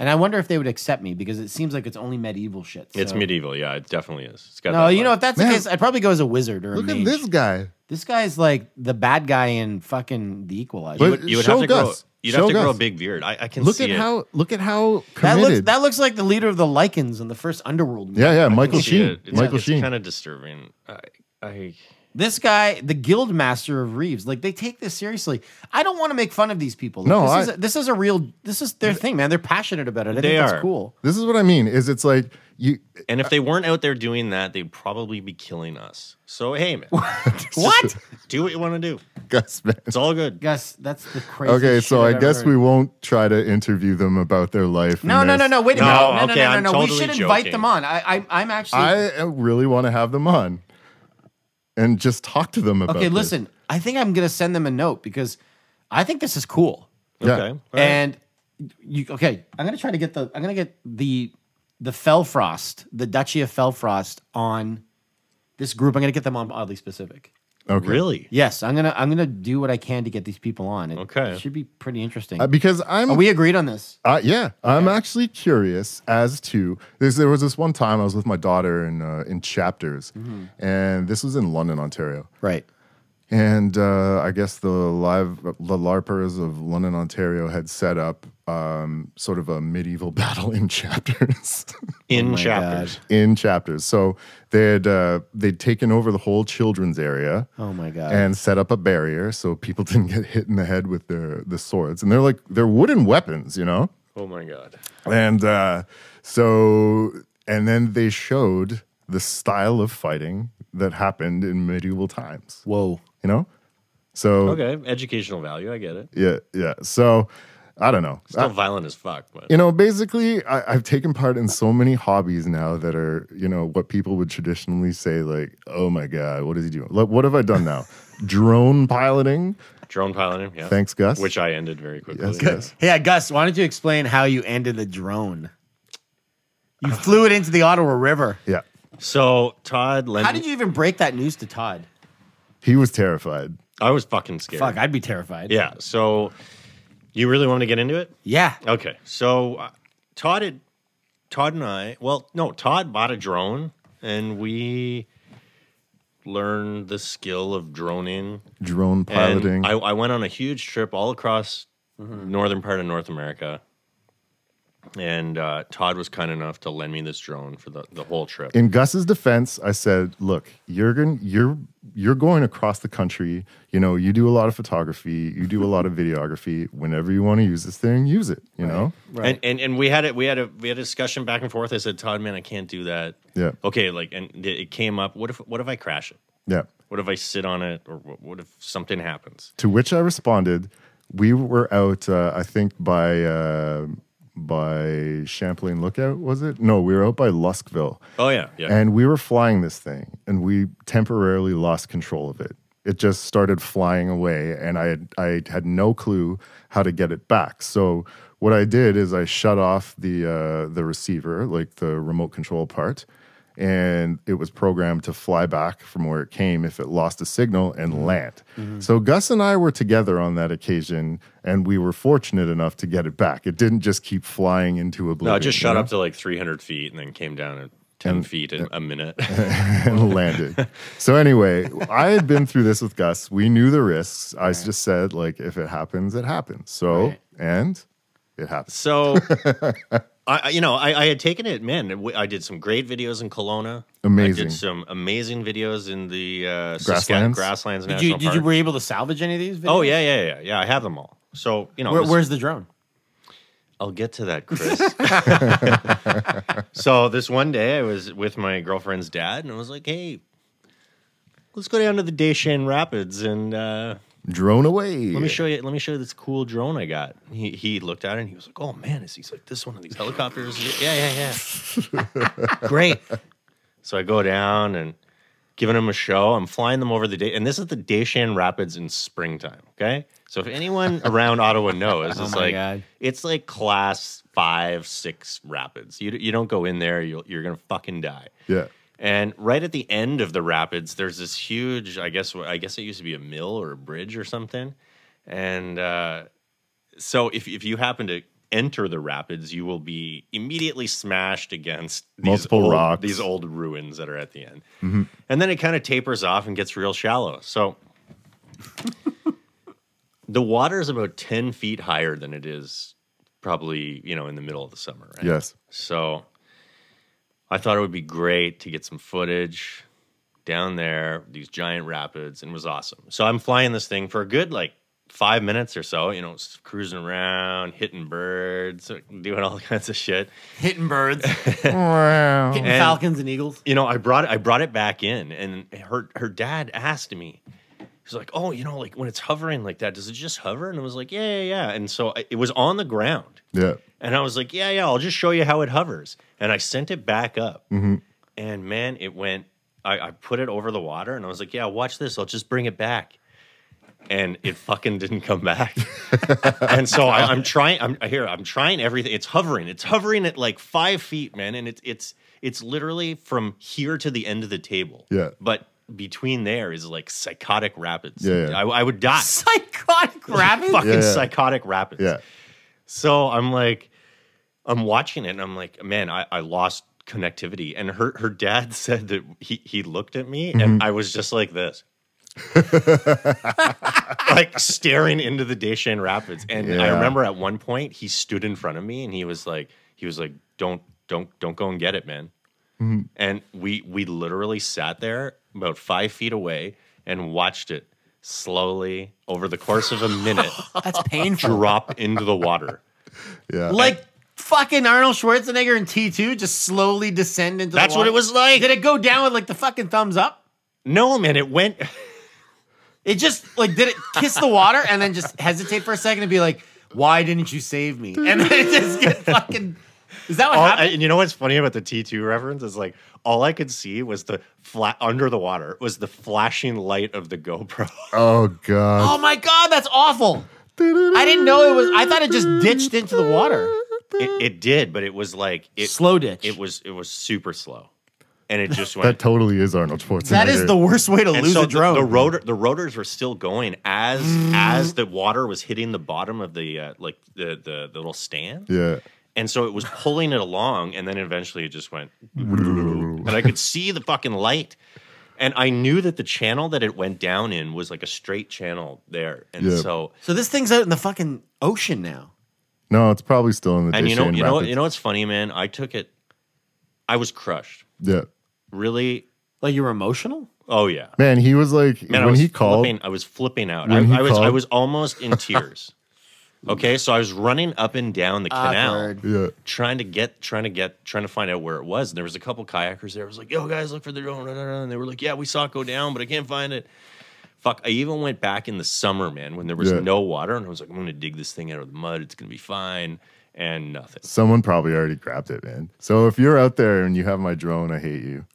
S1: And I wonder if they would accept me because it seems like it's only medieval shit.
S3: It's
S1: so-
S3: medieval. Yeah, it definitely is. It's got
S1: No,
S3: that
S1: you know
S3: vibe.
S1: if that's
S2: Man.
S1: the case, I'd probably go as a wizard or a
S2: Look
S1: mage.
S2: at this guy.
S1: This guy's like the bad guy in fucking The Equalizer.
S2: But-
S3: you would
S2: Show
S3: have to grow.
S2: Gus.
S3: You'd have
S2: Show
S3: to grow a
S2: Gus.
S3: big beard. I, I can
S2: Look
S3: see
S2: at
S3: it.
S2: how look at how
S1: that looks
S2: committed.
S1: that looks like the leader of the Lycans in the first Underworld. Movie.
S2: yeah, yeah. Michael
S3: Michael Sheen.
S2: Sheen.
S3: It's,
S2: Michael Sheen.
S3: kind of disturbing. I, I
S1: This guy, the guild master of Reeves, like they take this seriously. I don't want to make fun of these people. Like,
S2: No,
S1: this
S2: I-
S1: is a, this is a real this is their thing, man. They're passionate about it. I
S3: They
S1: think
S3: are.
S1: that's cool.
S2: this is what I mean. Is it's like you.
S3: and if they weren't out there doing that, they'd probably be killing us. So hey, man,
S1: What?
S3: do what you want to do.
S2: Gus, man.
S3: It's all good.
S1: Gus, that's the crazy.
S2: Okay, so I guess we won't try to interview them about their life.
S1: No,
S2: and
S1: no,
S2: their-
S1: no, no. Wait a
S3: No,
S1: minute. No, no,
S3: okay,
S1: no, no.
S3: I'm
S1: no. we
S3: totally
S1: should invite
S3: joking.
S1: them on. I, I I'm actually.
S2: I uh, really want to have them on, and just talk to them about.
S1: okay,
S2: this.
S1: listen. I think I'm gonna send them a note because I think this is cool.
S2: Yeah.
S3: Okay. All right.
S1: And you okay? I'm gonna try to get the. I'm gonna get the the Felfrost, the Duchy of Felfrost, on this group. I'm gonna get them on oddly specific.
S2: Okay.
S3: really?
S1: Yes, I'm gonna. I'm gonna do what I can to get these people on. It
S3: Okay.
S1: should be pretty interesting.
S2: Uh, because I'm
S1: Are we agreed on this?
S2: Uh, yeah, I'm actually curious as to there's, there was this one time I was with my daughter in uh, in chapters,
S1: Mm-hmm.
S2: and this was in London, Ontario,
S1: Right.
S2: and uh, I guess the live the larpers of London, Ontario had set up um, sort of a medieval [LAUGHS] battle in chapters. [LAUGHS]
S3: In chapters.
S2: in chapters, so they had uh, they'd taken over the whole children's area
S1: Oh my god.
S2: and set up a barrier so people [LAUGHS] didn't get hit in the head with their the swords, and they're like they're wooden weapons, you know.
S3: Oh my god.
S2: And uh, so, and then they showed the style of fighting that happened in medieval times,
S1: Whoa.
S2: you know? So,
S3: Okay, educational value. I get it.
S2: yeah, yeah. So, I don't know.
S3: Still violent as fuck, but
S2: you know, basically, I, I've taken part in so many hobbies now that are, you know, what people would traditionally say, like, oh my God, what is he doing? Like, what have I done
S3: [LAUGHS]
S2: now? Drone piloting.
S3: drone piloting. Yeah.
S2: Thanks, Gus.
S3: Which I ended very quickly.
S2: Yes, [LAUGHS] yes.
S1: Yeah, uh, Gus, why don't you explain how you ended the drone? You flew it into the Ottawa River.
S2: Yeah.
S3: So Todd, Len-
S1: How did you even break that news to Todd?
S2: He was terrified.
S3: I was fucking scared.
S1: Fuck, I'd be terrified.
S3: Yeah. So you really want to get into it?
S1: Yeah.
S3: Okay. So uh, Todd had, Todd and I, well, no, Todd bought a drone and we learned the skill of droning.
S2: Drone
S3: And
S2: piloting.
S3: I, I went on a huge trip all across northern part of North America. And uh, Todd was kind enough to lend me this drone for the, the whole trip.
S2: in Gus's defense, I said, "Look, you're going you're you're going across the country. You know, you do a lot of photography, you do a lot of videography. Whenever you want to use this thing, use it. You know,
S3: And, and and we had it. We had a we had a discussion back and forth. I said, Todd, man, I can't do that.
S2: Yeah.
S3: Okay. Like, and th- it came up. What if what if I crash it?
S2: yeah."
S3: What if I sit on it? Or what, what if something happens?
S2: To which I responded, "We were out, uh, I think by uh, by Champlain Lookout, was it? No, we were out by Luskville,
S3: Oh yeah, yeah.
S2: and we were flying this thing, and we temporarily lost control of it." It just started flying away, and I had, I had no clue how to get it back. So What I did is I shut off the uh, the receiver, like the remote control part, and it was programmed to fly back from where it came if it lost a signal and
S3: Mm-hmm.
S2: land. So Gus and I were together on that occasion, and we were fortunate enough to get it back. It didn't just keep flying into oblivion.
S3: No, it just
S2: you
S3: shot
S2: know?
S3: up to like 300 feet and then came down at 10 feet in
S2: [LAUGHS]
S3: a minute. [LAUGHS]
S2: and landed. So anyway, I had been through this with Gus. We knew the risks. I just said like, if it happens, it happens. So
S1: Right.
S2: and it happens.
S3: so,
S2: [LAUGHS]
S3: I, I- you know, I, I had taken it, man. w- I did some great videos in Kelowna. I
S2: Amazing.
S3: did some amazing videos in the uh, Grasslands,
S2: Grasslands?
S3: Grasslands
S1: Did
S3: National
S1: you did
S3: Park.
S1: you were you able to salvage any of these? Videos?
S3: oh, yeah, yeah, yeah. Yeah, I have them all. So, you know, it
S1: Where,
S3: was-
S1: where's the drone?
S3: I'll get to that, Chris. so this one day I was with my girlfriend's dad and I was like, hey, let's go down to the Deshan Rapids and uh,
S2: Drone away.
S3: let me show you let me show you this cool drone I got. He he looked at it and he was like, Oh man, is he's like this one of these helicopters? yeah, yeah, yeah. [LAUGHS] Great. So I go down and giving him a show. I'm flying them over the day and this is the Deshan Rapids in springtime. Okay. So
S1: [LAUGHS]
S3: if anyone around Ottawa knows, it's
S1: Oh my
S3: like
S1: God.
S3: it's like class five, six rapids. You you don't go in there, you'll, you're gonna fucking die.
S2: yeah.
S3: And right at the end of the rapids, there's this huge, I guess, I guess it used to be a mill or a bridge or something. And uh, so if, if you happen to enter the rapids, you will be immediately smashed against these
S2: Multiple
S3: old,
S2: rocks. Mm-hmm.
S3: these old ruins that are at the end. And then it kind of tapers off and gets real shallow. So [LAUGHS] the water is about 10 feet higher than it is probably, you know, in the middle of the summer, right? [LAUGHS]
S2: Yes.
S3: So I thought it would be great to get some footage down there, these giant rapids, and it was awesome. So I'm flying this thing for a good like five minutes or so, you know, s- cruising around, hitting birds, [LAUGHS] doing all kinds of shit.
S1: [LAUGHS] Hitting birds,
S2: wow.
S1: hitting falcons and eagles.
S3: You know, I brought it, I brought it back in, and her her dad asked me. He's like, "Oh, you know, like when it's hovering like that, does it just hover?" And I was like, "Yeah, yeah, yeah." And so I, it was on the ground.
S2: Yeah.
S3: And I was like, yeah, yeah, I'll just show you how it hovers. And I sent it back up.
S2: Mm-hmm.
S3: And man, it went, I, I put it over the water and I was like, yeah, watch this. I'll just bring it back. And it fucking didn't come
S2: [LAUGHS]
S3: back. and so I, I'm trying, I'm here, I'm trying everything. It's hovering. It's hovering at like five feet, man. And it's, it's, it's literally from here to the end of the table.
S2: Yeah.
S3: But between there is like psychotic rapids.
S2: Yeah, yeah.
S3: I, I would die.
S1: [LAUGHS]
S3: [LAUGHS]
S1: Psychotic rabbit.
S3: Fucking
S2: [LAUGHS] Yeah, yeah.
S3: psychotic rapids.
S2: Yeah.
S3: So I'm like, I'm watching it and I'm like, man, I, I lost connectivity. And her her dad [LAUGHS] said that he he looked at me and I was just like this. [LAUGHS] like staring into the Deshan Rapids. And I
S2: Yeah.
S3: remember at one point he stood in front of me and he was like, he was like, Don't, don't, don't go and get it, man. And we we literally sat there about five feet away and watched it slowly over the course of a minute
S1: That's painful.
S3: drop into the water.
S1: [LAUGHS]
S2: Yeah.
S1: like fucking Arnold Schwarzenegger in T2 just slowly descend into
S3: That's
S1: the
S3: what it
S1: water.
S3: was like.
S1: Did it go down with like the fucking thumbs up?
S3: No, man, it went.
S1: It just like did it kiss the water and then just hesitate for a second and be like, "Why didn't you save me?" And then it just get fucking Is that what
S3: All,
S1: happened?
S3: and you know what's funny about the T two reference is like all I could see was the flat under the water was the flashing light of the GoPro. [LAUGHS]
S2: oh God.
S1: oh my god, that's awful. I didn't know it was I thought it just ditched into the water.
S3: it, it did, but it was like it
S1: Slow ditch.
S3: It was it was super slow, and it just
S2: That
S3: went.
S2: totally is Arnold Schwarzenegger.
S1: that is the worst way to
S3: and
S1: lose a
S3: so the-
S1: drone. Mm-hmm.
S3: The, rotor, the rotors were still going as as the water was hitting the bottom of the uh, like the, the the little stand.
S2: Yeah.
S3: And so it was pulling it along, and then eventually it just went. and
S2: [LAUGHS]
S3: I could see the fucking light. And I knew that the channel that it went down in was like a straight channel there. And
S2: Yeah.
S3: so,
S1: so this thing's out in the fucking ocean now.
S2: No, it's probably still in the.
S3: and you know,
S2: Deschamps
S3: you know,
S2: Rapids.
S3: you know what's funny, man? I took it, I was crushed.
S2: Yeah.
S3: Really?
S1: Like you were emotional?
S3: Oh, yeah.
S2: Man, he was like
S3: Man, I
S2: when
S3: was
S2: he called.
S3: flipping, I was flipping out. I,
S2: when he
S3: I was, I
S2: called-
S3: was almost
S2: [LAUGHS]
S3: in tears. okay. So I was running up and down the canal.
S1: Awkward.
S2: Yeah.
S3: trying to get trying to get trying to find out where it was. And there was a couple kayakers there. I was like, "Yo, guys, look for the drone." And they were like, "Yeah, we saw it go down, but I can't find it." Fuck! I even went back in the summer, man, when there was
S2: Yeah.
S3: no water, and I was like, "I'm gonna dig this thing out of the mud. It's gonna be fine." And nothing.
S2: Someone probably already grabbed it, man. So if you're out there and you have my drone, I hate you.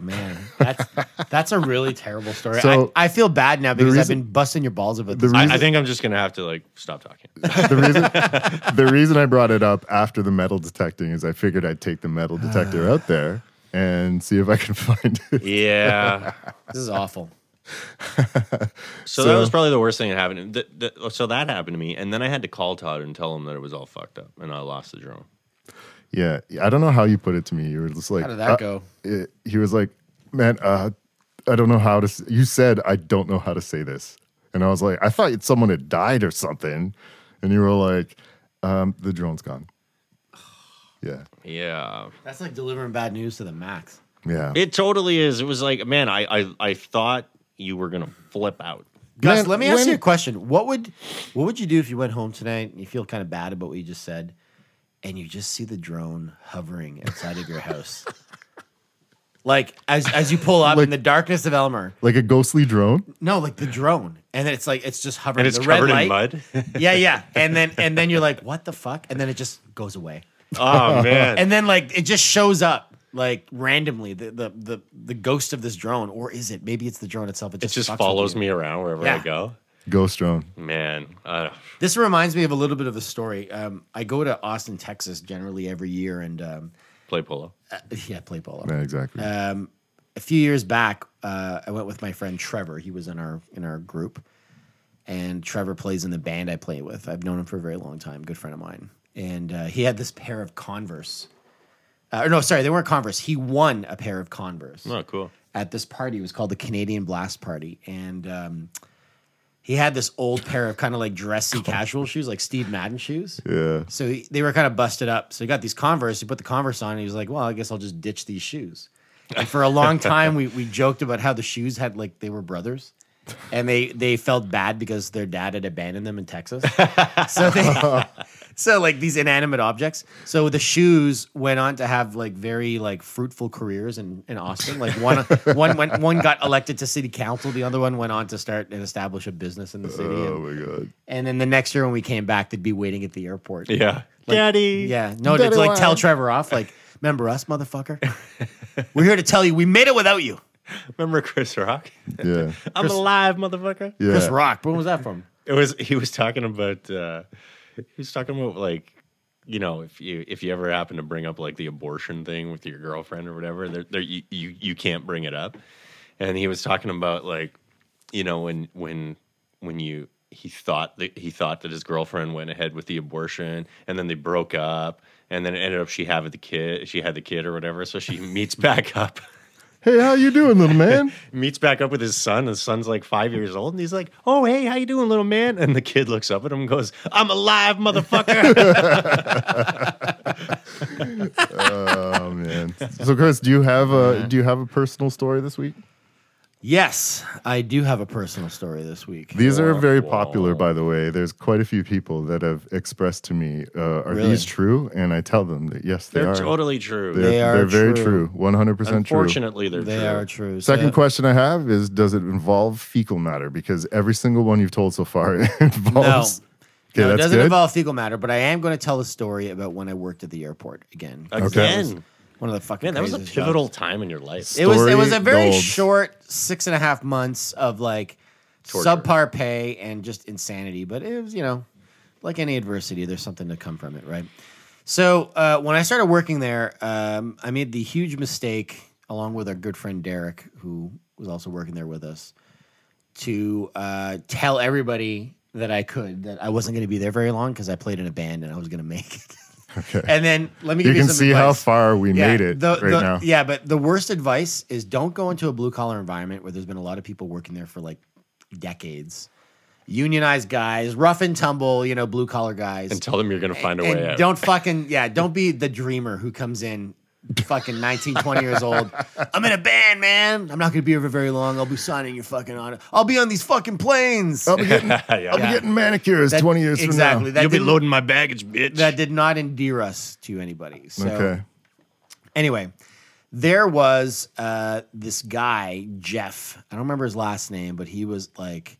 S1: Man, that's That's a really terrible story.
S2: So-
S1: I, I feel bad now because I've
S2: reason-
S1: been busting your balls about
S2: the
S1: this.
S2: reason-
S3: I, I think I'm just gonna have to like stop [LAUGHS] talking.
S2: the reason the reason I brought it up after the metal detecting is I figured I'd take the metal
S1: [SIGHS]
S2: detector out there and see if I can [LAUGHS] find it.
S3: Yeah.
S1: this is awful.
S3: So, that was probably the worst thing that happened. Th- th- so that happened to me, and then I had to call Todd and tell him that it was all fucked up, and I lost the drone.
S2: Yeah, I don't know how you put it to me. You were just like,
S1: How did that
S2: uh,
S1: go?
S2: it- he was like, man, uh, I don't know how to. s- You said I don't know how to say this, and I was like, I thought you'd- someone had died or something, and you were like, um, the
S1: [SIGHS]
S2: drone's gone. Yeah,
S3: Yeah,
S1: That's like delivering bad news to the max.
S2: yeah.
S3: it totally is. It was like, man, I I, I thought you were gonna flip out.
S1: Gus,
S2: Man,
S1: let me ask
S2: when-
S1: you a question. What would what would you do if you went home tonight and you feel kind of bad about what you just said, and you just see the drone hovering outside of your [LAUGHS] house, like as as you pull up in the darkness of Elmer?
S2: like a ghostly drone.
S1: No, like the drone, and then it's like it's just hovering.
S3: And it's
S1: the
S3: covered
S1: red
S3: in
S1: light.
S3: mud.
S1: [LAUGHS] Yeah, yeah, and then and then you're like, what the fuck? And then it just goes away,
S3: oh man.
S1: and then like it just shows up like randomly the the the, the ghost of this drone, or is it? Maybe it's the drone itself. It
S3: it
S1: just,
S3: just
S1: fucks with
S3: follows
S1: you.
S3: me around wherever I
S1: Yeah.
S3: go.
S2: Ghost drone.
S3: Man, uh,
S1: This reminds me of a little bit of a story. Um, I go to Austin, Texas, generally every year, and um,
S3: play polo.
S1: uh, yeah, play polo.
S2: Yeah, exactly.
S1: Um, a few years back, uh, I went with my friend Trevor. He was in our in our group, and Trevor plays in the band I play with. I've known him for a very long time, good friend of mine. And uh, he had this pair of Converse. Uh, or no, sorry, they weren't Converse. He won a pair of Converse
S3: Oh, cool.
S1: at this party. It was called the Canadian Blast Party, and um, he had this old pair of kind of like dressy casual shoes, like Steve Madden shoes.
S2: yeah.
S1: So he, they were kind of busted up. So he got these Converse. He put the Converse on, and he was like, "Well, I guess I'll just ditch these shoes." And for a long time, we we joked about how the shoes had like they were brothers, and they they felt bad because their dad had abandoned them in Texas. So they, [LAUGHS] so like these inanimate objects. So the shoes went on to have like very like fruitful careers in, in Austin. Like
S2: [LAUGHS]
S1: one one went, one got elected to city council. The other one went on to start and establish a business in the city.
S2: Oh
S1: And,
S2: my god.
S1: and then the next year when we came back, they'd be waiting at the airport.
S3: Yeah, Daddy.
S1: Yeah, no,
S2: Better
S1: to like tell
S2: one.
S1: Trevor off,
S2: [LAUGHS]
S1: like, remember us, motherfucker? We're here to tell you we made it without you.
S3: Remember Chris Rock?
S1: [LAUGHS]
S2: Yeah.
S3: I'm alive, motherfucker.
S2: Yeah.
S1: Chris Rock. When was that from?
S3: It was [LAUGHS] he was talking about uh he was talking about like you know if you if you ever happen to bring up like the abortion thing with your girlfriend or whatever there there you you, you can't bring it up and he was talking about like you know when when when you he thought that he thought that his girlfriend went ahead with the abortion and then they broke up and then it ended up she having the kid she had the kid or whatever so she meets [LAUGHS] back up
S2: Hey, how you doing, little
S1: [LAUGHS]
S2: man?
S3: meets back up with his son. His son's like five years old, and he's like, "Oh, hey, how you doing, little man?" And the kid looks up at him and goes, "I'm
S1: [LAUGHS]
S3: alive, motherfucker."
S2: Oh man. So Chris, do you have a do you have a personal story this week?
S1: Yes, I do have a personal story this week.
S2: These are very
S3: Wow.
S2: popular, by the way. There's quite a few people that have expressed to me, uh, "Are
S1: Really?
S2: these true?" And I tell them that yes, they
S3: They're
S2: are.
S3: totally true.
S2: they're,
S1: They are
S2: they're very
S1: true.
S2: true, 100 percent true.
S3: Unfortunately, they're
S1: they
S3: true.
S1: are true.
S2: Second
S1: So-
S2: question I have is, does it involve fecal matter? Because every single one you've told so far [LAUGHS] involves. Okay,
S1: no, it
S2: that's
S1: doesn't
S2: good.
S1: involve fecal matter, but I am going to tell a story about when I worked at the airport again.
S3: Again,
S1: One of the fucking
S3: man, that was a
S1: craziest
S3: pivotal
S1: jobs.
S3: time in your life.
S1: It was it was a
S2: story
S1: very
S2: gold.
S1: short six and a half months of like subpar pay and just insanity, but it was you know like any adversity, there's something to come from it, right? So uh, when I started working there, um, I made the huge mistake, along with our good friend Derek, who was also working there with us, to uh, tell everybody that I could that I wasn't going to be there very long because I played in a band and I was going to make it. And then let me
S2: You
S1: give you,
S2: can
S1: some
S2: see how
S1: advice.
S2: far we
S1: Yeah,
S2: made it
S1: the-
S2: right
S1: the-
S2: now.
S1: [LAUGHS] Yeah, but the worst advice is don't go into a blue collar environment where there's been a lot of people working there for like decades. Unionized guys, rough and tumble, you know, blue collar guys.
S3: and tell them you're gonna find a
S1: And
S3: way out.
S1: don't fucking yeah, don't be the dreamer who comes in fucking 19, 20 years old. I'm in a band, man. I'm not gonna be here for very long. I'll be signing your fucking on. I'll be on these fucking planes.
S2: I'll be getting,
S3: [LAUGHS] Yeah.
S2: I'll be getting manicures
S1: That-
S2: 20 years
S1: exactly.
S2: from
S1: That
S3: You'll be
S1: didn't-
S3: loading my baggage, bitch.
S1: that did not endear us to anybody. So
S2: now. okay.
S1: Anyway, there was uh, this guy Jeff. I don't remember his last name, but he was like,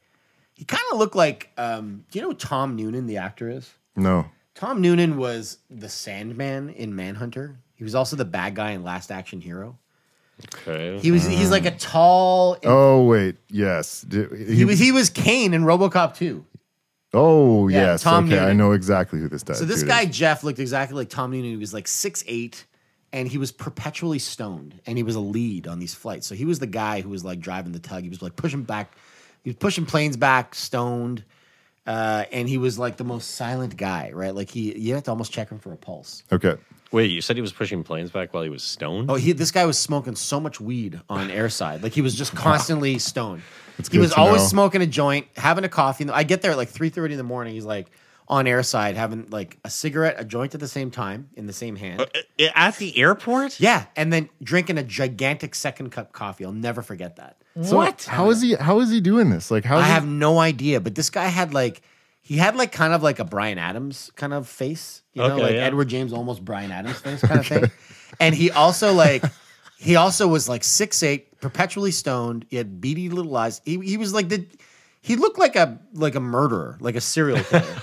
S1: he kind of looked like. Um, do you know who Tom Noonan, the actor, is?
S2: No.
S1: Tom Noonan was the Sandman in Manhunter. He was also the bad guy in Last Action Hero.
S3: Okay.
S1: He was he's like a tall.
S2: Oh wait, yes. D- he-
S1: He was he was Kane in RoboCop 2.
S2: oh
S1: Yeah,
S2: yes.
S1: Tom
S2: okay, I
S1: Noonan.
S2: know exactly who this guy.
S1: So this guy Jeff looked exactly like Tom Noonan. He was like six eight, and he was perpetually stoned, and he was a lead on these flights. So he was the guy who was like driving the tug. He was like pushing back, he was pushing planes back, stoned, uh, and he was like the most silent guy, right? Like he, you have to almost check him for a pulse.
S2: Okay.
S3: Wait, you said he was pushing planes back while he was stoned?
S1: Oh, he, this guy was smoking so much weed
S2: [SIGHS]
S1: on airside. Like he was just constantly stoned. he
S2: good
S1: was
S2: to
S1: always
S2: know.
S1: smoking a joint, having a coffee. I get there at like 3.30 in the morning. He's like on airside, having like a cigarette, a joint at the same time in the same hand.
S3: Uh, At the airport?
S1: yeah. And then drinking a gigantic second cup coffee. I'll never forget that.
S2: So
S3: What?
S2: How is he? How is he doing this? Like how?
S1: I
S2: is he-
S1: have no idea, but this guy had like, he had like kind of like a Brian Adams kind of face, you know,
S3: Okay,
S1: like
S3: yeah.
S1: Edward James almost Brian Adams face kind of thing. And he also like, he also was like six eight, perpetually stoned. He had beady little eyes. He he was like the, he looked like a like a murderer, like a serial killer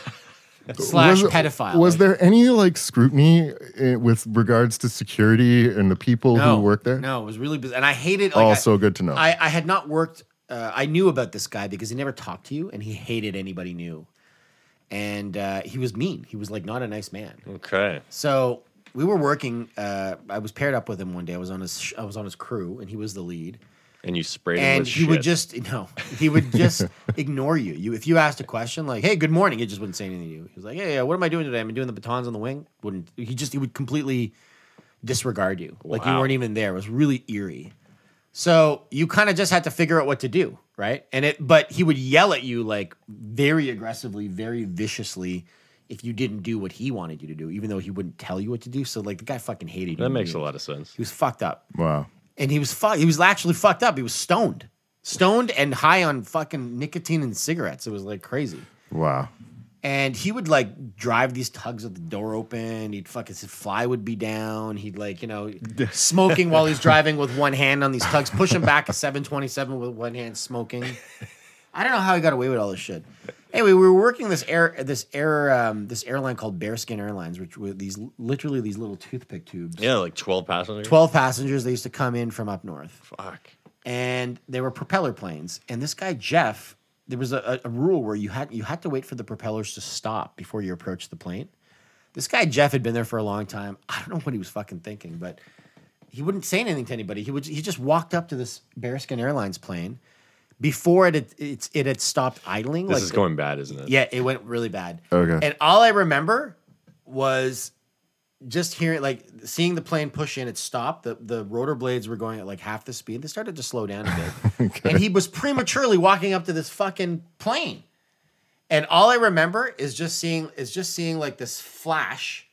S1: slash
S2: was-
S1: pedophile.
S2: Was
S1: Like,
S2: there any like scrutiny eh, with regards to security and the people
S1: no,
S2: who work there?
S1: No, it was really busy, and I hated. Like, I-
S2: Also good to know.
S1: I, I had not worked. Uh, I knew about this guy because he never talked to you, and he hated anybody new. And uh, he was mean. He was like not a nice man.
S3: Hmm. Okay.
S1: So we were working. Uh, I was paired up with him one day. I was on his. sh- I was on his crew, and he was the lead.
S3: And you sprayed him
S1: And
S3: with
S1: he would
S3: shit.
S1: just [LAUGHS] no. He would
S3: [LAUGHS]
S1: just ignore you. You if you asked a question like, "Hey, good morning," he just wouldn't say anything to you. He was like, "Hey, uh, what am I doing today? I'm doing the batons on the wing." Wouldn't he just? He would completely disregard you, like you
S3: Wow.
S1: weren't even there. It was really eerie. So you kind of just had to figure out what to do, right? And it, but he would yell at you like very aggressively, very viciously, if you didn't do what he wanted you to do, even though he wouldn't tell you what to do. So like the guy fucking hated you.
S3: That makes a lot of sense.
S1: He was fucked up,
S2: wow.
S1: and he was fu- He was actually fucked up. He was stoned, stoned and high on fucking nicotine and cigarettes. It was like crazy.
S2: Wow.
S1: And he would like drive these tugs with the door open. He'd fucking his fly would be down. He'd like, you know, smoking while he's driving with one hand on these tugs, pushing back a 727 with one hand smoking. I don't know how he got away with all this shit. Anyway, we were working this air this air um, this airline called Bearskin Airlines, which were these literally these little toothpick tubes.
S3: Yeah, like 12 passengers.
S1: 12 passengers they used to come in from up north
S3: Fuck.
S1: and they were propeller planes. And this guy Jeff, there was a, a a rule where you had you had to wait for the propellers to stop before you approached the plane. This guy Jeff had been there for a long time. I don't know what he was fucking thinking, but he wouldn't say anything to anybody. He would he just walked up to this Bearskin Airlines plane before it had, it's it had stopped idling.
S3: This
S1: like
S3: is going bad, isn't it?
S1: yeah, it went really bad.
S2: Okay.
S1: And all I remember was just hearing, like, seeing the plane push in. It stopped. The the rotor blades were going at like half the speed. They started to slow down a bit. And he was prematurely walking up to this fucking plane. And all I remember is just seeing is just seeing like this flash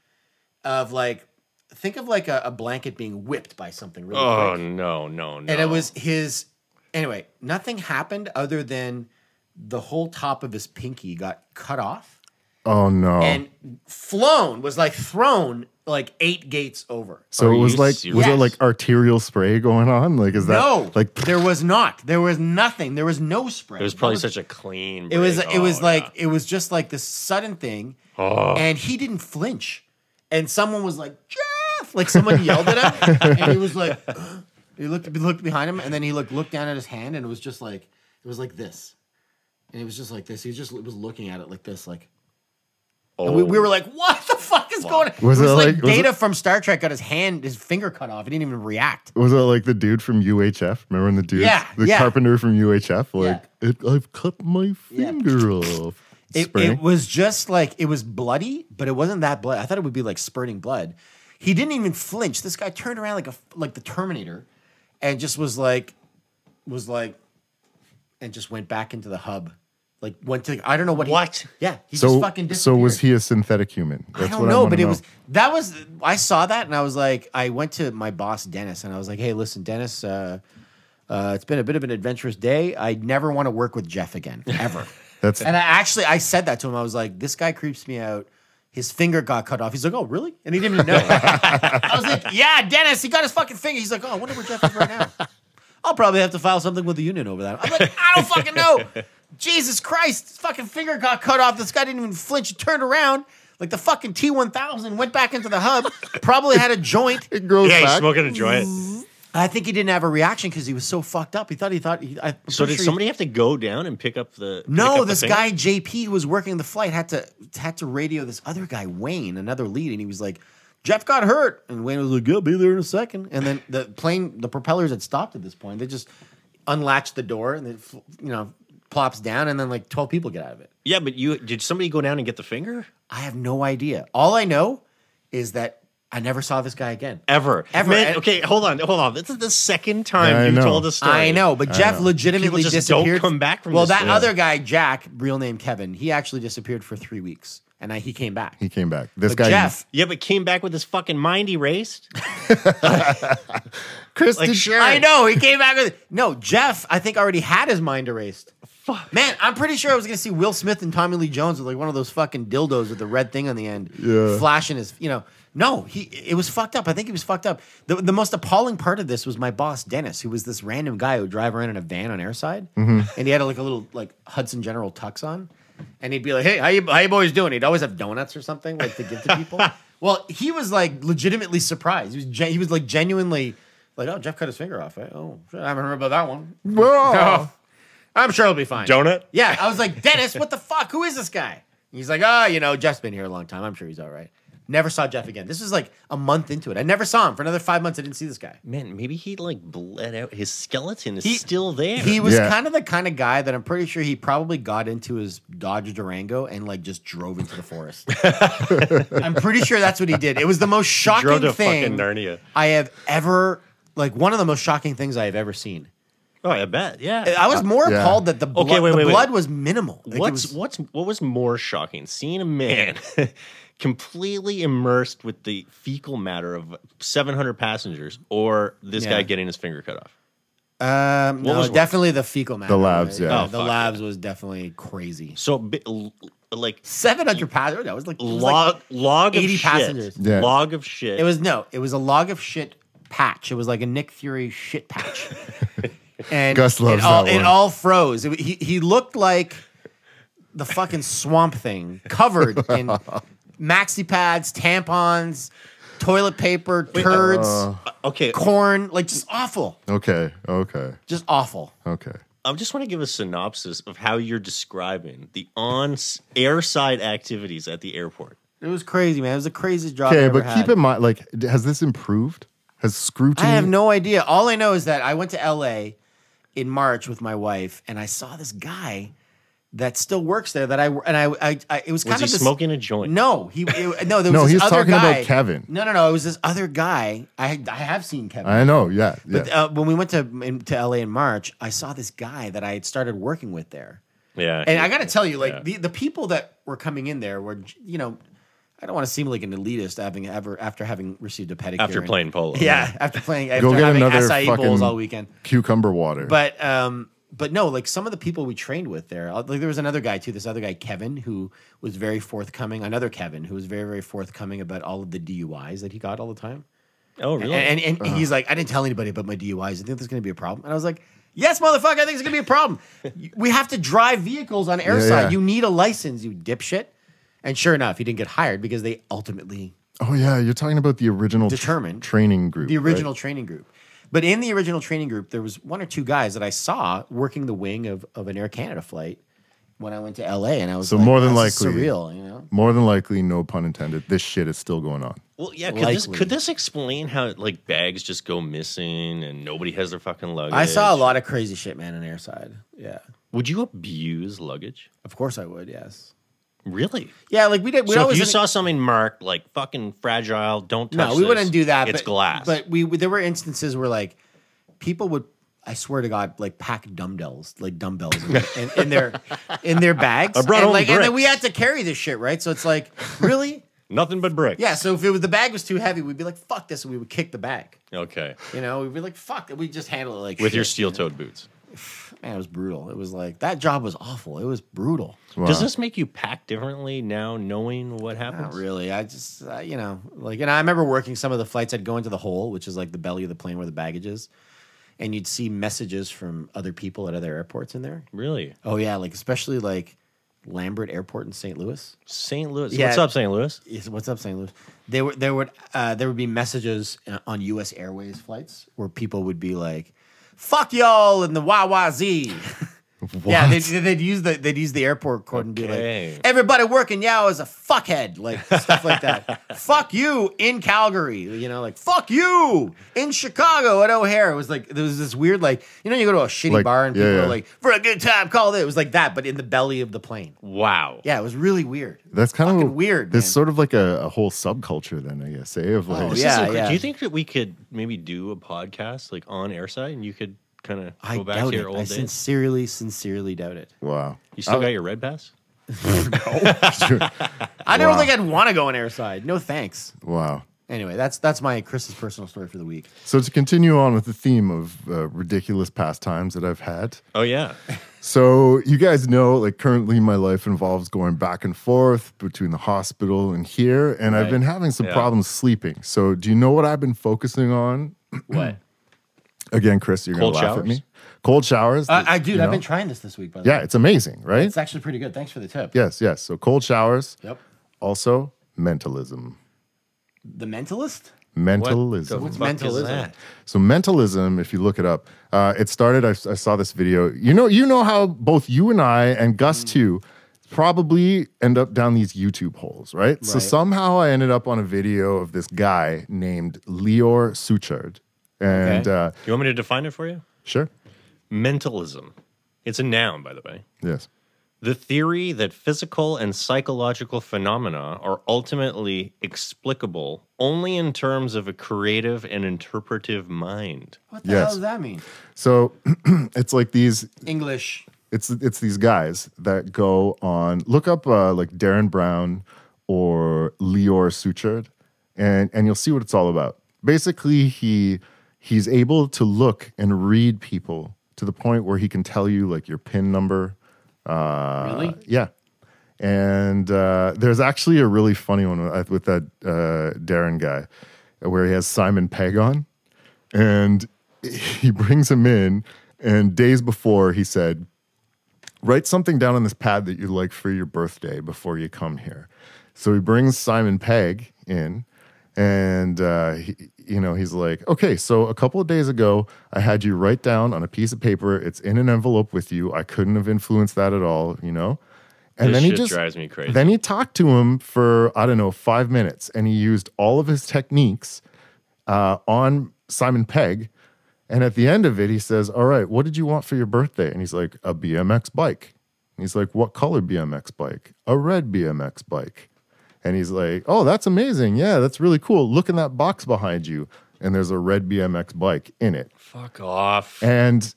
S1: of like think of like a, a blanket being whipped by something really quick
S3: Oh, no, no, no.
S1: and it was his anyway nothing happened other than the whole top of his pinky got cut off
S2: Oh no.
S1: and flown was like thrown like eight gates over
S2: so
S3: Are
S2: it was
S3: you
S2: like was it
S1: serious?
S2: like arterial spray going on? Like is that
S1: no
S2: like
S1: there was not there was nothing there was no spray
S3: It was probably such a clean.
S1: it was
S3: break.
S1: it was
S3: Oh,
S1: like
S3: yeah. Oh.
S1: it was just like this sudden thing and he didn't flinch and someone was like jeff like someone yelled at him and he was like [GASPS] "Huh?" he looked he looked behind him and then he looked looked down at his hand and it was just like it was like this and it was just like this he just was looking at it like this like and we, we were like what the fuck is going on it was
S2: Was it
S1: like
S2: like- was
S1: data
S2: it-
S1: from star trek got his hand his finger cut off he didn't even react
S2: was it like the dude from UHF? Remember when the dude
S1: Yeah,
S2: the
S1: yeah.
S2: carpenter from UHF? Like it, I've cut my
S1: Yeah.
S2: finger off.
S1: It,
S2: Spray.
S1: it was just like it was bloody, but it wasn't that blood. I thought it would be like spurting blood. He didn't even flinch. This guy turned around like a like the Terminator, and just was like, was like, and just went back into the hub. Like went to I don't know what. He,
S3: What?
S1: Yeah, he
S2: so
S1: just fucking
S2: so was
S1: disappeared.
S2: he a synthetic human?
S1: I
S2: That's
S1: don't
S2: what
S1: know,
S2: wanna
S1: but it was that was I saw that and I was like, I went to my boss Dennis and I was like, hey, listen, Dennis, uh, uh, it's been a bit of an adventurous day. I never want to work with Jeff again, ever.
S2: [LAUGHS] That's
S1: and I actually I said that to him. I was like, this guy creeps me out. His finger got cut off. He's like, oh, really? And he didn't even know.
S2: [LAUGHS]
S1: I was like, yeah, Dennis, he got his fucking finger. He's like, oh, I wonder where Jeff is right now. I'll probably have to file something with the union over that. I'm like, I don't fucking
S3: [LAUGHS]
S1: know. Jesus Christ, his fucking finger got cut off. This guy didn't even flinch. He turned around like the fucking T1000, went back Mm-hmm. into the hub, probably had a joint.
S2: [LAUGHS] it grows
S3: Oh. yeah, he's
S2: back.
S3: smoking a joint.
S1: I think he didn't have a reaction because he was so fucked up. He thought he thought. He, I, I'm
S3: So
S1: pretty
S3: did
S1: sure he-
S3: somebody have to go down and pick up the? pick up
S1: No,
S3: the
S1: this
S3: thing?
S1: guy JP who was working the flight had to had to radio this other guy Wayne, another lead, and he was like, "Jeff got hurt," and Wayne was like, "He'll be there in a second. And then the plane, the propellers had stopped at this point. They just unlatched the door, and it fl- you know plops down, and then like twelve people get out of it.
S3: Yeah, but you did somebody go down and get the finger
S1: I have no idea. All I know is that I never saw this guy again.
S3: ever?
S1: Ever.
S3: Man, okay, hold on, hold on. This is the second time
S2: I
S3: you've
S2: know.
S3: told a story.
S1: I know, but Jeff legitimately
S3: People just don't
S1: disappeared.
S3: come back from
S1: well,
S3: this
S1: that
S3: stuff.
S1: other guy, Jack, real name Kevin, he actually disappeared for three weeks, and I, he came back.
S2: He came back. This
S1: but
S2: guy,
S1: Jeff,
S3: Yeah, but came back with his fucking mind erased.
S2: [LAUGHS] Chris,
S3: Like,
S2: did-
S3: sure.
S1: I know he came back with no Jeff. I think already had his mind erased.
S3: Fuck.
S1: Man, I'm pretty sure I was gonna see Will Smith and Tommy Lee Jones with like one of those fucking dildos with the red thing on the end,
S2: Yeah.
S1: flashing his. You know, no, he it was fucked up. I think he was fucked up. The, the most appalling part of this was my boss Dennis, who was this random guy who would drive around in a van on airside,
S2: Mm-hmm.
S1: and he had like a little like Hudson General tux on, and he'd be like, "Hey, how you how you boys doing?" He'd always have donuts or something like to give to
S2: [LAUGHS]
S1: people. well, he was like legitimately surprised. He was gen- he was like genuinely. Like, oh, Jeff cut his finger off. eh? Oh, shit, I haven't heard about that one. [LAUGHS]
S2: Whoa.
S1: I'm sure it'll be fine.
S3: Donut?
S1: Yeah. I was like, Dennis, what the fuck? Who is this guy? He's like, oh, you know, Jeff's been here a long time. I'm sure he's all right. Never saw Jeff again. This was like a month into it. I never saw him for another five months. I didn't see this guy.
S3: Man, maybe he like bled out. His skeleton is
S1: He-
S3: still there.
S1: He was
S2: Yeah.
S1: kind of the kind of guy that I'm pretty sure he probably got into his Dodge Durango and like just drove into the
S3: [LAUGHS]
S1: forest. I'm pretty sure that's what he did. It was the most shocking
S3: drove to
S1: thing
S3: fucking Narnia.
S1: I have ever like one of the most shocking things I have ever seen.
S3: Oh, I bet. Uh, Yeah.
S1: I was more
S2: Yeah.
S1: appalled that the blood,
S3: wait,
S1: the
S3: wait, wait.
S1: blood was minimal. Like, it
S3: what's
S1: was-
S3: what's what was more shocking? Seeing a man [LAUGHS] completely immersed with the fecal matter of 700 passengers, or this
S1: Yeah.
S3: guy getting his finger cut off?
S1: Um, no,
S3: was worse?
S1: definitely the fecal matter.
S2: labs, yeah.
S3: Oh,
S1: the
S3: fuck,
S1: labs was definitely crazy.
S3: So, bi- l- like,
S1: Seven hundred passengers. That was like it was like-
S3: log log of
S1: 80
S3: shit.
S1: passengers.
S2: Yeah.
S3: Log of shit.
S1: it was no. It was a log of shit patch. It was like a Nick Fury shit
S2: [LAUGHS]
S1: patch. and
S2: Gus loves
S1: it all,
S2: that
S1: It
S2: one.
S1: all froze. It, he he looked like the fucking swamp thing, covered in
S2: [LAUGHS]
S1: maxi pads, tampons, toilet paper,
S2: Uh.
S1: turds,
S3: Uh, okay.
S1: corn. Like just awful.
S2: Okay. Okay.
S1: Just awful.
S2: Okay.
S3: I just want to give a synopsis of how you're describing the on airside activities at the airport.
S1: It was crazy, man. It was the craziest job. I
S2: Okay,
S1: ever
S2: but keep
S1: had.
S2: in mind, like, d- has this improved? Has scrutiny?
S1: I have no idea. All I know is that I went to LA in March with my wife, and I saw this guy that still works there. That I and I, I, I it was kind
S3: Was
S1: of
S3: he
S1: this,
S3: smoking a joint?
S1: No, he it- no. There was
S2: [LAUGHS] No,
S1: this
S2: he was
S1: other
S2: talking about
S1: guy.
S2: Kevin.
S1: No, no, no. It was this other guy. I had- I have seen Kevin.
S2: I know. Yeah. Yeah.
S1: But, uh, when we went to in, to LA in March, I saw this guy that I had started working with there.
S3: Yeah.
S1: And I got to tell you, like
S3: Yeah.
S1: the, the people that were coming in there were, you know, I don't want to seem like an elitist having ever after having received a pedicure
S3: after
S1: and-
S3: playing polo.
S2: [LAUGHS]
S1: yeah, [LAUGHS] after playing, after
S2: Go get
S1: having
S2: another
S1: acai bowls
S2: fucking-
S1: all weekend.
S2: Cucumber water.
S1: But um, but no, like some of the people we trained with there, uh, like there was another guy too. This other guy, Kevin, who was very forthcoming. Another Kevin who was very very forthcoming about all of the DUIs that he got all the time.
S3: Oh, really?
S1: And and,
S2: Uh-huh.
S1: and he's like, I didn't tell anybody about my DUIs. I think there's going to be a problem. And I was like, Yes, motherfucker, I think it's going to be a
S2: [LAUGHS]
S1: problem. we have to drive vehicles on airside.
S2: yeah.
S1: You need a license, you dipshit. And sure enough, he didn't get hired because they ultimately
S2: oh yeah, you're talking about the original tr-
S1: Determined.
S2: training group.
S1: the
S2: right?
S1: original training group. But in the original training group, there was one or two guys that I saw working the wing of, of an Air Canada flight when I went to LA, and I was
S2: So
S1: like,
S2: more than
S1: "Wow, this is
S2: likely-
S1: surreal, you know.
S2: More than likely, no pun intended. This shit is still going on.
S3: Well, yeah. Could this,
S1: Likely.
S3: could this explain how like bags just go missing and nobody has their fucking luggage?
S1: I saw a lot of crazy shit, man, in airside. Yeah,
S3: Would you abuse luggage?
S1: of course I would. Yes.
S3: Really?
S1: Yeah, like we did. We
S3: so if
S1: always
S3: you saw something marked like fucking fragile, don't touch.
S1: no, we
S3: this,
S1: wouldn't do that.
S3: It's
S1: but,
S3: glass.
S1: But we there were instances where like people would. I swear to God, like pack dumbbells, like dumbbells
S3: [LAUGHS]
S1: in, in, in their in their bags.
S3: I brought
S1: and,
S3: home
S1: like, and then
S3: bricks.
S1: we had to carry this shit, right? So it's like, really?
S3: nothing but bricks.
S1: Yeah, so if it was, the bag was too heavy, we'd be like, "Fuck this," and we would kick the bag.
S3: Okay.
S1: You know, we'd be like, "Fuck," we just handle it like
S3: With your
S1: shit.
S3: steel-toed boots.
S1: man. It was brutal. It was like that job was awful. It was brutal.
S2: Wow.
S3: Does this make you pack differently now, knowing what
S1: Not
S3: happens?
S1: really. I just, uh, you know, like, and I remember working some of the flights. I'd go into the hole, which is like the belly of the plane where the baggage is, and you'd see messages from other people at other airports in there.
S3: Really?
S1: Oh yeah, like especially like Lambert Airport in St. Louis.
S4: St. Louis.
S1: Yeah.
S4: What's up, St. Louis?
S1: Is- What's up, St. Louis? They were there would uh, there would be messages uh, on U.S. Airways flights where people would be like, "Fuck y'all" and the
S2: [LAUGHS]
S1: YYZ. Yeah, they'd, they'd use the they'd use the airport code and be
S4: Okay.
S1: like, "Everybody working now is a fuckhead," like stuff like
S2: [LAUGHS]
S1: that. fuck you in Calgary, you know, like fuck you in Chicago at O'Hare. It was like there was this weird, like you know, you go to a shitty
S2: Like,
S1: bar and
S2: yeah,
S1: people
S2: yeah.
S1: are like, "For a good time, call it." It was like that, but in the belly of the plane.
S4: Wow.
S1: Yeah, it was really weird.
S2: That's kind
S1: Fucking
S2: of
S1: weird,
S2: There's
S1: man.
S2: sort of like a, a whole subculture, then I guess, eh? Of like,
S1: Oh,
S2: oh,
S4: This
S1: yeah.
S2: yeah.
S4: is incre- Do you think that we could maybe do a podcast like on airside and you could kind of
S1: I
S4: go back
S1: doubt
S4: to your
S1: it.
S4: old
S1: I
S4: days?
S1: sincerely, sincerely doubt it.
S2: [LAUGHS] wow. [LAUGHS]
S4: you still got your red pass?
S1: I don't
S2: Wow.
S1: think I'd want to go on airside. No thanks.
S2: Wow.
S1: Anyway, that's that's my Chris's personal story for the [CLEARS THROAT] week.
S2: So to continue on with the theme of uh, ridiculous pastimes that I've had.
S4: Oh yeah.
S2: So you guys know, like currently my life involves going back and forth between the hospital and here, and I've
S4: Right.
S2: been having some
S4: Yeah.
S2: problems sleeping. So do you know what I've been focusing on?
S4: what?
S2: Again, Chris, you're
S4: Cold
S2: gonna laugh at
S4: showers?
S2: me. Cold showers.
S1: I, I
S2: do.
S1: dude, I've been trying this this week. By the
S2: Yeah, it's amazing, right?
S1: It's actually pretty good. Thanks for the tip.
S2: yes, yes. So cold showers.
S1: Yep.
S2: Also mentalism.
S1: The Mentalist?
S2: Mentalism.
S4: What's
S1: mentalism?
S2: So mentalism, if you look it up, uh, it started. I, I saw this video. You know, you know how both you and I and
S1: Mm.
S2: Gus too probably end up down these YouTube holes, right? So
S1: Right.
S2: somehow I ended up on a video of this guy named Lior Suchard, and
S1: Okay.
S2: uh,
S4: You want me to define it for you?
S2: sure,
S4: Mentalism. It's a noun, by the way.
S2: yes,
S4: The theory that physical and psychological phenomena are ultimately explicable only in terms of a creative and interpretive mind.
S1: What the
S2: Yes.
S1: hell does that mean?
S2: so [CLEARS THROAT] it's like these
S1: English.
S2: it's it's these guys that go on look up uh, like Darren Brown or Lior Suchard and and you'll see what it's all about. Basically, he he's able to look and read people to the point where he can tell you like your pin number. Uh,
S1: Really?
S2: Yeah. And uh, there's actually a really funny one with, with that uh, Darren guy where he has Simon Pegg on and he [LAUGHS] brings him in. And days before, he said, write something down on this pad that you'd like for your birthday before you come here. So he brings Simon Pegg in, and uh, he, you know he's like, okay, so a couple of days ago, I had you write down on a piece of paper. It's in an envelope with you. I couldn't have influenced that at all, you know. And
S4: This
S2: then he
S4: shit
S2: just
S4: drives me crazy.
S2: Then he talked to him for I don't know five minutes, and he used all of his techniques uh, on Simon Pegg. And at the end of it, he says, All right, what did you want for your birthday? And he's like, A BMX bike. And he's like, What color BMX bike? A red BMX bike. And he's like, Oh, that's amazing. Yeah, that's really cool. Look in that box behind you. And there's a red BMX bike in it.
S4: Fuck off.
S2: And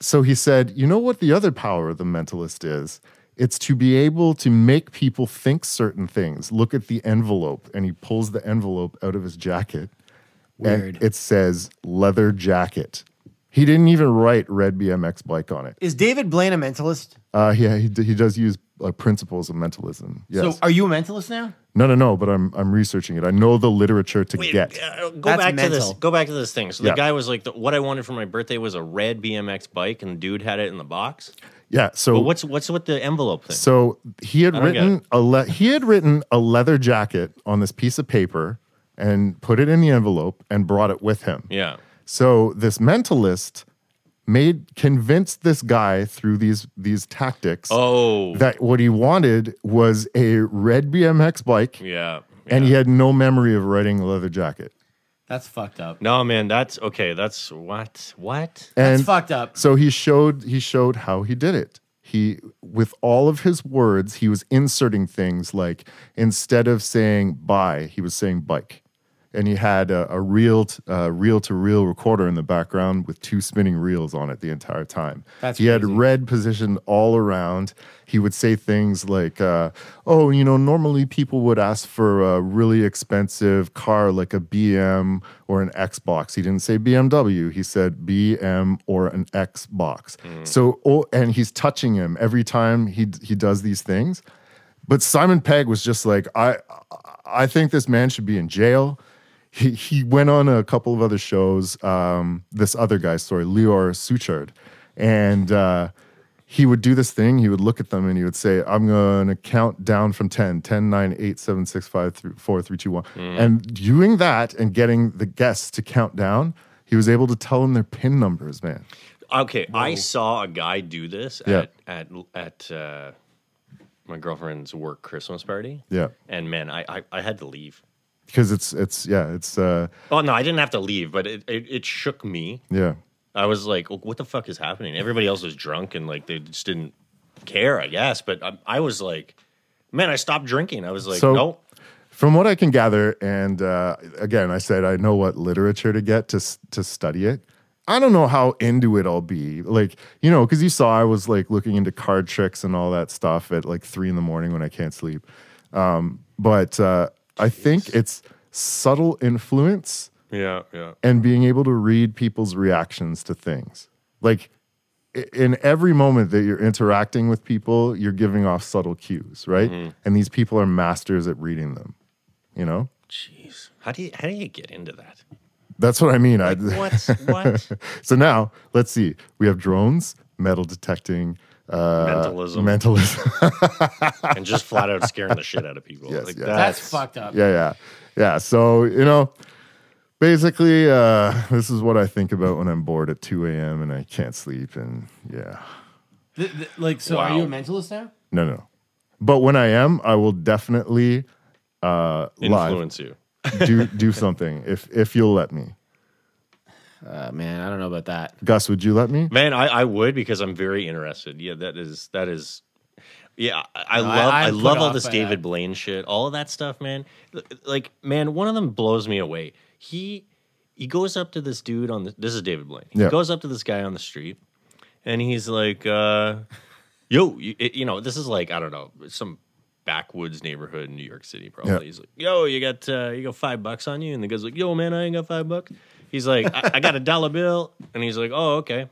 S2: so he said, You know what the other power of the mentalist is? It's to be able to make people think certain things. Look at the envelope. And he pulls the envelope out of his jacket.
S1: Weird.
S2: And it says leather jacket. He didn't even write red BMX bike on it.
S1: Is David Blaine a mentalist?
S2: Uh, yeah, he, d- he does use uh, principles of mentalism. Yes.
S1: So are you a mentalist now?
S2: no, no, no, but I'm, I'm researching it. I know the literature to
S4: Wait,
S2: get.
S4: uh, go
S1: That's
S4: back to
S1: mental.
S4: this. Go back to this thing. So
S2: Yeah.
S4: the guy was like, the, "What I wanted for my birthday was a red BMX bike," and the dude had it in the box.
S2: Yeah. So
S4: But what's what's with the envelope thing?
S2: So he had
S4: don't get
S2: written a le- he had written a leather jacket on this piece of paper and put it in the envelope and brought it with him.
S4: yeah.
S2: So this mentalist made convinced this guy through these these tactics
S4: Oh.
S2: that what he wanted was a red BMX bike
S4: yeah.
S2: and he had no memory of writing a leather jacket.
S1: That's fucked up.
S4: No, man. That's okay. That's what what.
S1: That's
S2: and
S1: fucked up.
S2: So he showed he showed how he did it. He with all of his words, he was inserting things like instead of saying "bye," he was saying "bike," and he had a, a reel t- uh, reel to reel recorder in the background with two spinning reels on it the entire time.
S1: That's
S2: he had
S1: crazy.
S2: red positioned all around. He would say things like, uh, "Oh, you know, normally people would ask for a really expensive car like a BM or an Xbox." He didn't say BMW. He said BM or an Xbox. So, oh, and he's touching him every time he he does these things. But Simon Pegg was just like, I, I think this man should be in jail. He, he went on a couple of other shows. Um, this other guy, sorry, Lior Suchard, and uh, he would do this thing. He would look at them and he would say, I'm going to count down from 10, 10, 9, 8, 7, 6, 5, 3, 4, 3, 2, 1. And doing that and getting the guests to count down, he was able to tell them their pin numbers, man.
S3: Okay, I saw a guy do this
S2: Yeah.
S3: at at at uh, my girlfriend's work Christmas party.
S2: Yeah.
S3: and man, I I, I had to leave.
S2: Because it's, it's, yeah, it's, uh,
S3: Oh no, I didn't have to leave, but it, it, it shook me.
S2: yeah.
S3: I was like, "What the fuck is happening?" Everybody else was drunk and like they just didn't care, I guess. But I, I was like, "Man, I stopped drinking." I was like,
S2: So-
S3: "No,
S2: From what I can gather, and uh, again, I said I know what literature to get to s- to study it. I don't know how into it I'll be. Like you know, because you saw I was like looking into card tricks and all that stuff at like three in the morning when I can't sleep. Um, but uh, I think it's subtle influence
S5: Yeah, yeah.
S2: and being able to read people's reactions to things. Like i- in every moment that you're interacting with people, you're giving off subtle cues, right? And these people are masters at reading them. You know,
S3: jeez, how do you how do you get into that?
S2: that's what I mean. I, [LAUGHS]
S3: What what
S2: so now let's see. We have drones, metal detecting, uh,
S3: Mentalism.
S2: mentalism. [LAUGHS]
S3: and just flat out scaring the shit out of people?
S2: Yes,
S3: like
S2: yes.
S1: That's fucked up.
S2: yeah, yeah, yeah. So you know, basically, uh, this is what I think about when I'm bored at 2 a.m. and I can't sleep, and yeah.
S1: Th- th- like, so are
S3: Wow.
S1: you a mentalist now?
S2: No, no. But when I am, I will definitely uh live
S3: influence you.
S2: do do something if if you'll let me.
S1: Uh, man, I don't know about that.
S2: Gus, would you let me?
S1: Mm-hmm.
S3: Man, I, I would because I'm very interested. Yeah, that is that is. Yeah, I, I
S1: No, I-
S3: love I,
S1: I'm put
S3: love all
S1: off
S3: this
S1: by
S3: David
S1: that.
S3: Blaine shit, all of that stuff, man. L- Like, man, one of them blows me away. He he goes up to this dude on the, this is David Blaine. He
S2: Yeah.
S3: goes up to this guy on the street, and he's like, uh, "Yo, you, it- you know, this is like I don't know some backwoods neighborhood in New York City, probably."
S2: Yeah.
S3: He's like, "Yo, you got uh, you got five bucks on you?" And the guy's like, "Yo, man, I ain't got five bucks." He's like, I, "I got a dollar bill," and he's like, "Oh, okay."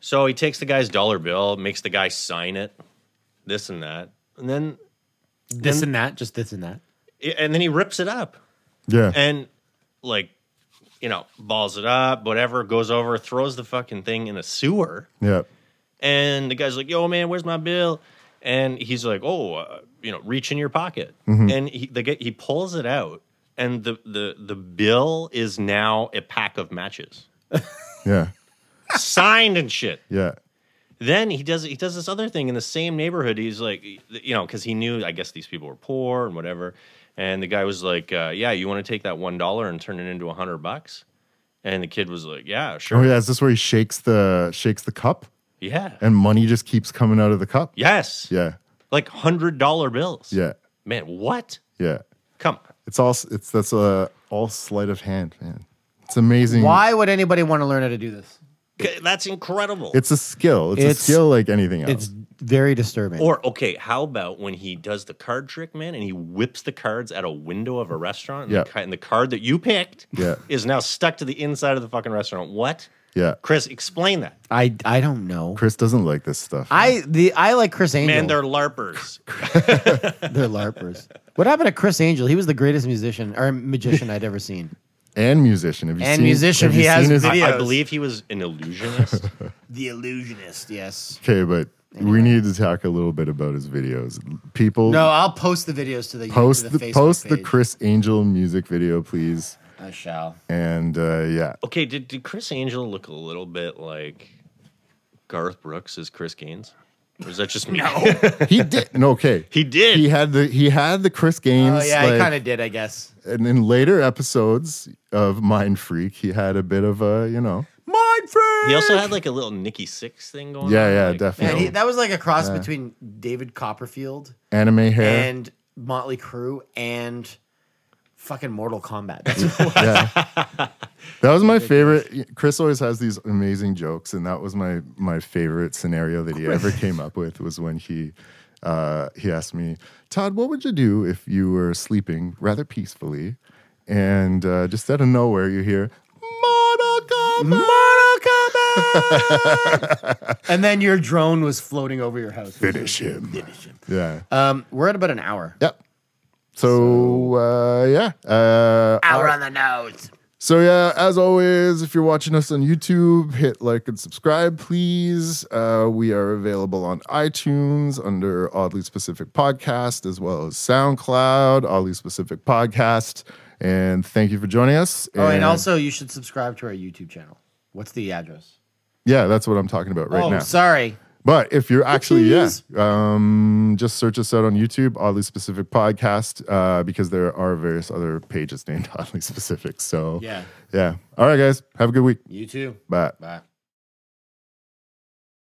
S3: So he takes the guy's dollar bill, makes the guy sign it, this and that, and then
S1: This and that, just this and that.
S3: and then he rips it up
S2: Yeah.
S3: and like you know balls it up, whatever goes over, throws the fucking thing in a sewer,
S2: yeah.
S3: and the guy's like, "Yo, man, where's my bill?" And he's like, "Oh, uh, you know, reach in your pocket," and he the, guy- he pulls it out, and the the the bill is now a pack of matches,
S2: Yeah.
S3: signed and shit.
S2: Yeah.
S3: then he does he does this other thing in the same neighborhood. He's like, you know, because he knew I guess these people were poor and whatever. And the guy was like, uh, "Yeah, you want to take that one dollar and turn it into a hundred bucks?" And the kid was like, "Yeah,
S2: Oh
S3: sure,
S2: yeah, is this where he shakes the shakes the cup
S3: yeah,
S2: and money just keeps coming out of the cup?
S3: yes,
S2: Yeah.
S3: like hundred dollar bills."
S2: Yeah.
S3: man, what?
S2: Yeah.
S3: Come on,
S2: It's all s- it's that's uh, all sleight of hand, man. It's amazing.
S1: Why would anybody want to learn how to do this?
S3: G- that's incredible.
S2: It's a skill. It's,
S1: It's-
S2: a skill like anything else.
S1: It's very disturbing.
S3: or okay, how about when he does the card trick, man, and he whips the cards out a window of a restaurant, and,
S2: Yeah.
S3: the, ki- and the card that you picked
S2: Yeah.
S3: is now stuck to the inside of the fucking restaurant. What?
S2: yeah.
S3: Chris, explain that.
S1: I, I don't know.
S2: Chris doesn't like this stuff.
S1: I the I like Chris Angel.
S3: Man, they're LARPers.
S1: They're larpers. what happened to Chris Angel? He was the greatest musician or magician I'd ever seen.
S2: and musician. Have you
S1: And
S2: seen,
S1: musician,
S2: have
S1: he
S2: you
S1: has
S2: seen his-
S1: video-
S3: I
S1: Yes.
S3: believe he was an
S2: [LAUGHS]
S3: illusionist.
S1: [LAUGHS] The Illusionist, yes.
S2: Okay, but we need to talk a little bit about his videos. People,
S1: No, I'll post the videos to the
S2: post
S1: to
S2: the,
S1: Facebook
S2: post the
S1: page.
S2: Chris Angel music video, please.
S1: I shall.
S2: And uh, yeah,
S3: okay, did, did Chris Angel look a little bit like Garth Brooks as Chris Gaines? Or is that just me? No.
S2: he did. No, okay,
S3: [LAUGHS] he did.
S2: he had the he had the Chris Gaines.
S1: Oh yeah, I
S2: like-
S1: kind of did, I guess.
S2: And in later episodes of Mind Freak, he had a bit of a you know.
S1: Mind
S3: He also had like a little Nikki Six thing going on.
S2: Yeah, yeah,
S3: like-
S2: definitely.
S1: Man, he, that was like a cross between David Copperfield
S2: Anime hair.
S1: and Motley Crue and fucking Mortal
S2: [LAUGHS]
S1: Kombat. That's-
S2: yeah. That was my favorite. Chris always has these amazing jokes, and that was my my favorite scenario that he ever came up with was when he uh, he asked me, Todd, what would you do if you were sleeping rather peacefully, and uh, just out of nowhere you hear Mortal Kombat? [LAUGHS]
S1: and then your drone was floating over your house.
S2: Finish him. Uh, Yeah.
S1: Um, we're at about an hour.
S2: yep. So, uh, yeah. Uh,
S1: Hour on the nose.
S2: So yeah, as always, if you're watching us on YouTube, hit like and subscribe, please. Uh, we are available on iTunes under Oddly Specific Podcast, as well as SoundCloud, Oddly Specific Podcast. And thank you for joining us.
S1: Oh, and also you should subscribe to our YouTube channel. What's the address?
S2: yeah, that's what I'm talking about right
S1: oh,
S2: now.
S1: sorry.
S2: But if you're actually, yeah,
S1: Cookies.
S2: um, just search us out on YouTube, Oddly Specific Podcast, uh, because there are various other pages named [LAUGHS] Oddly Specific. So,
S1: Yeah.
S2: yeah. All right, guys. Have a good week.
S1: You too.
S2: Bye.
S1: Bye.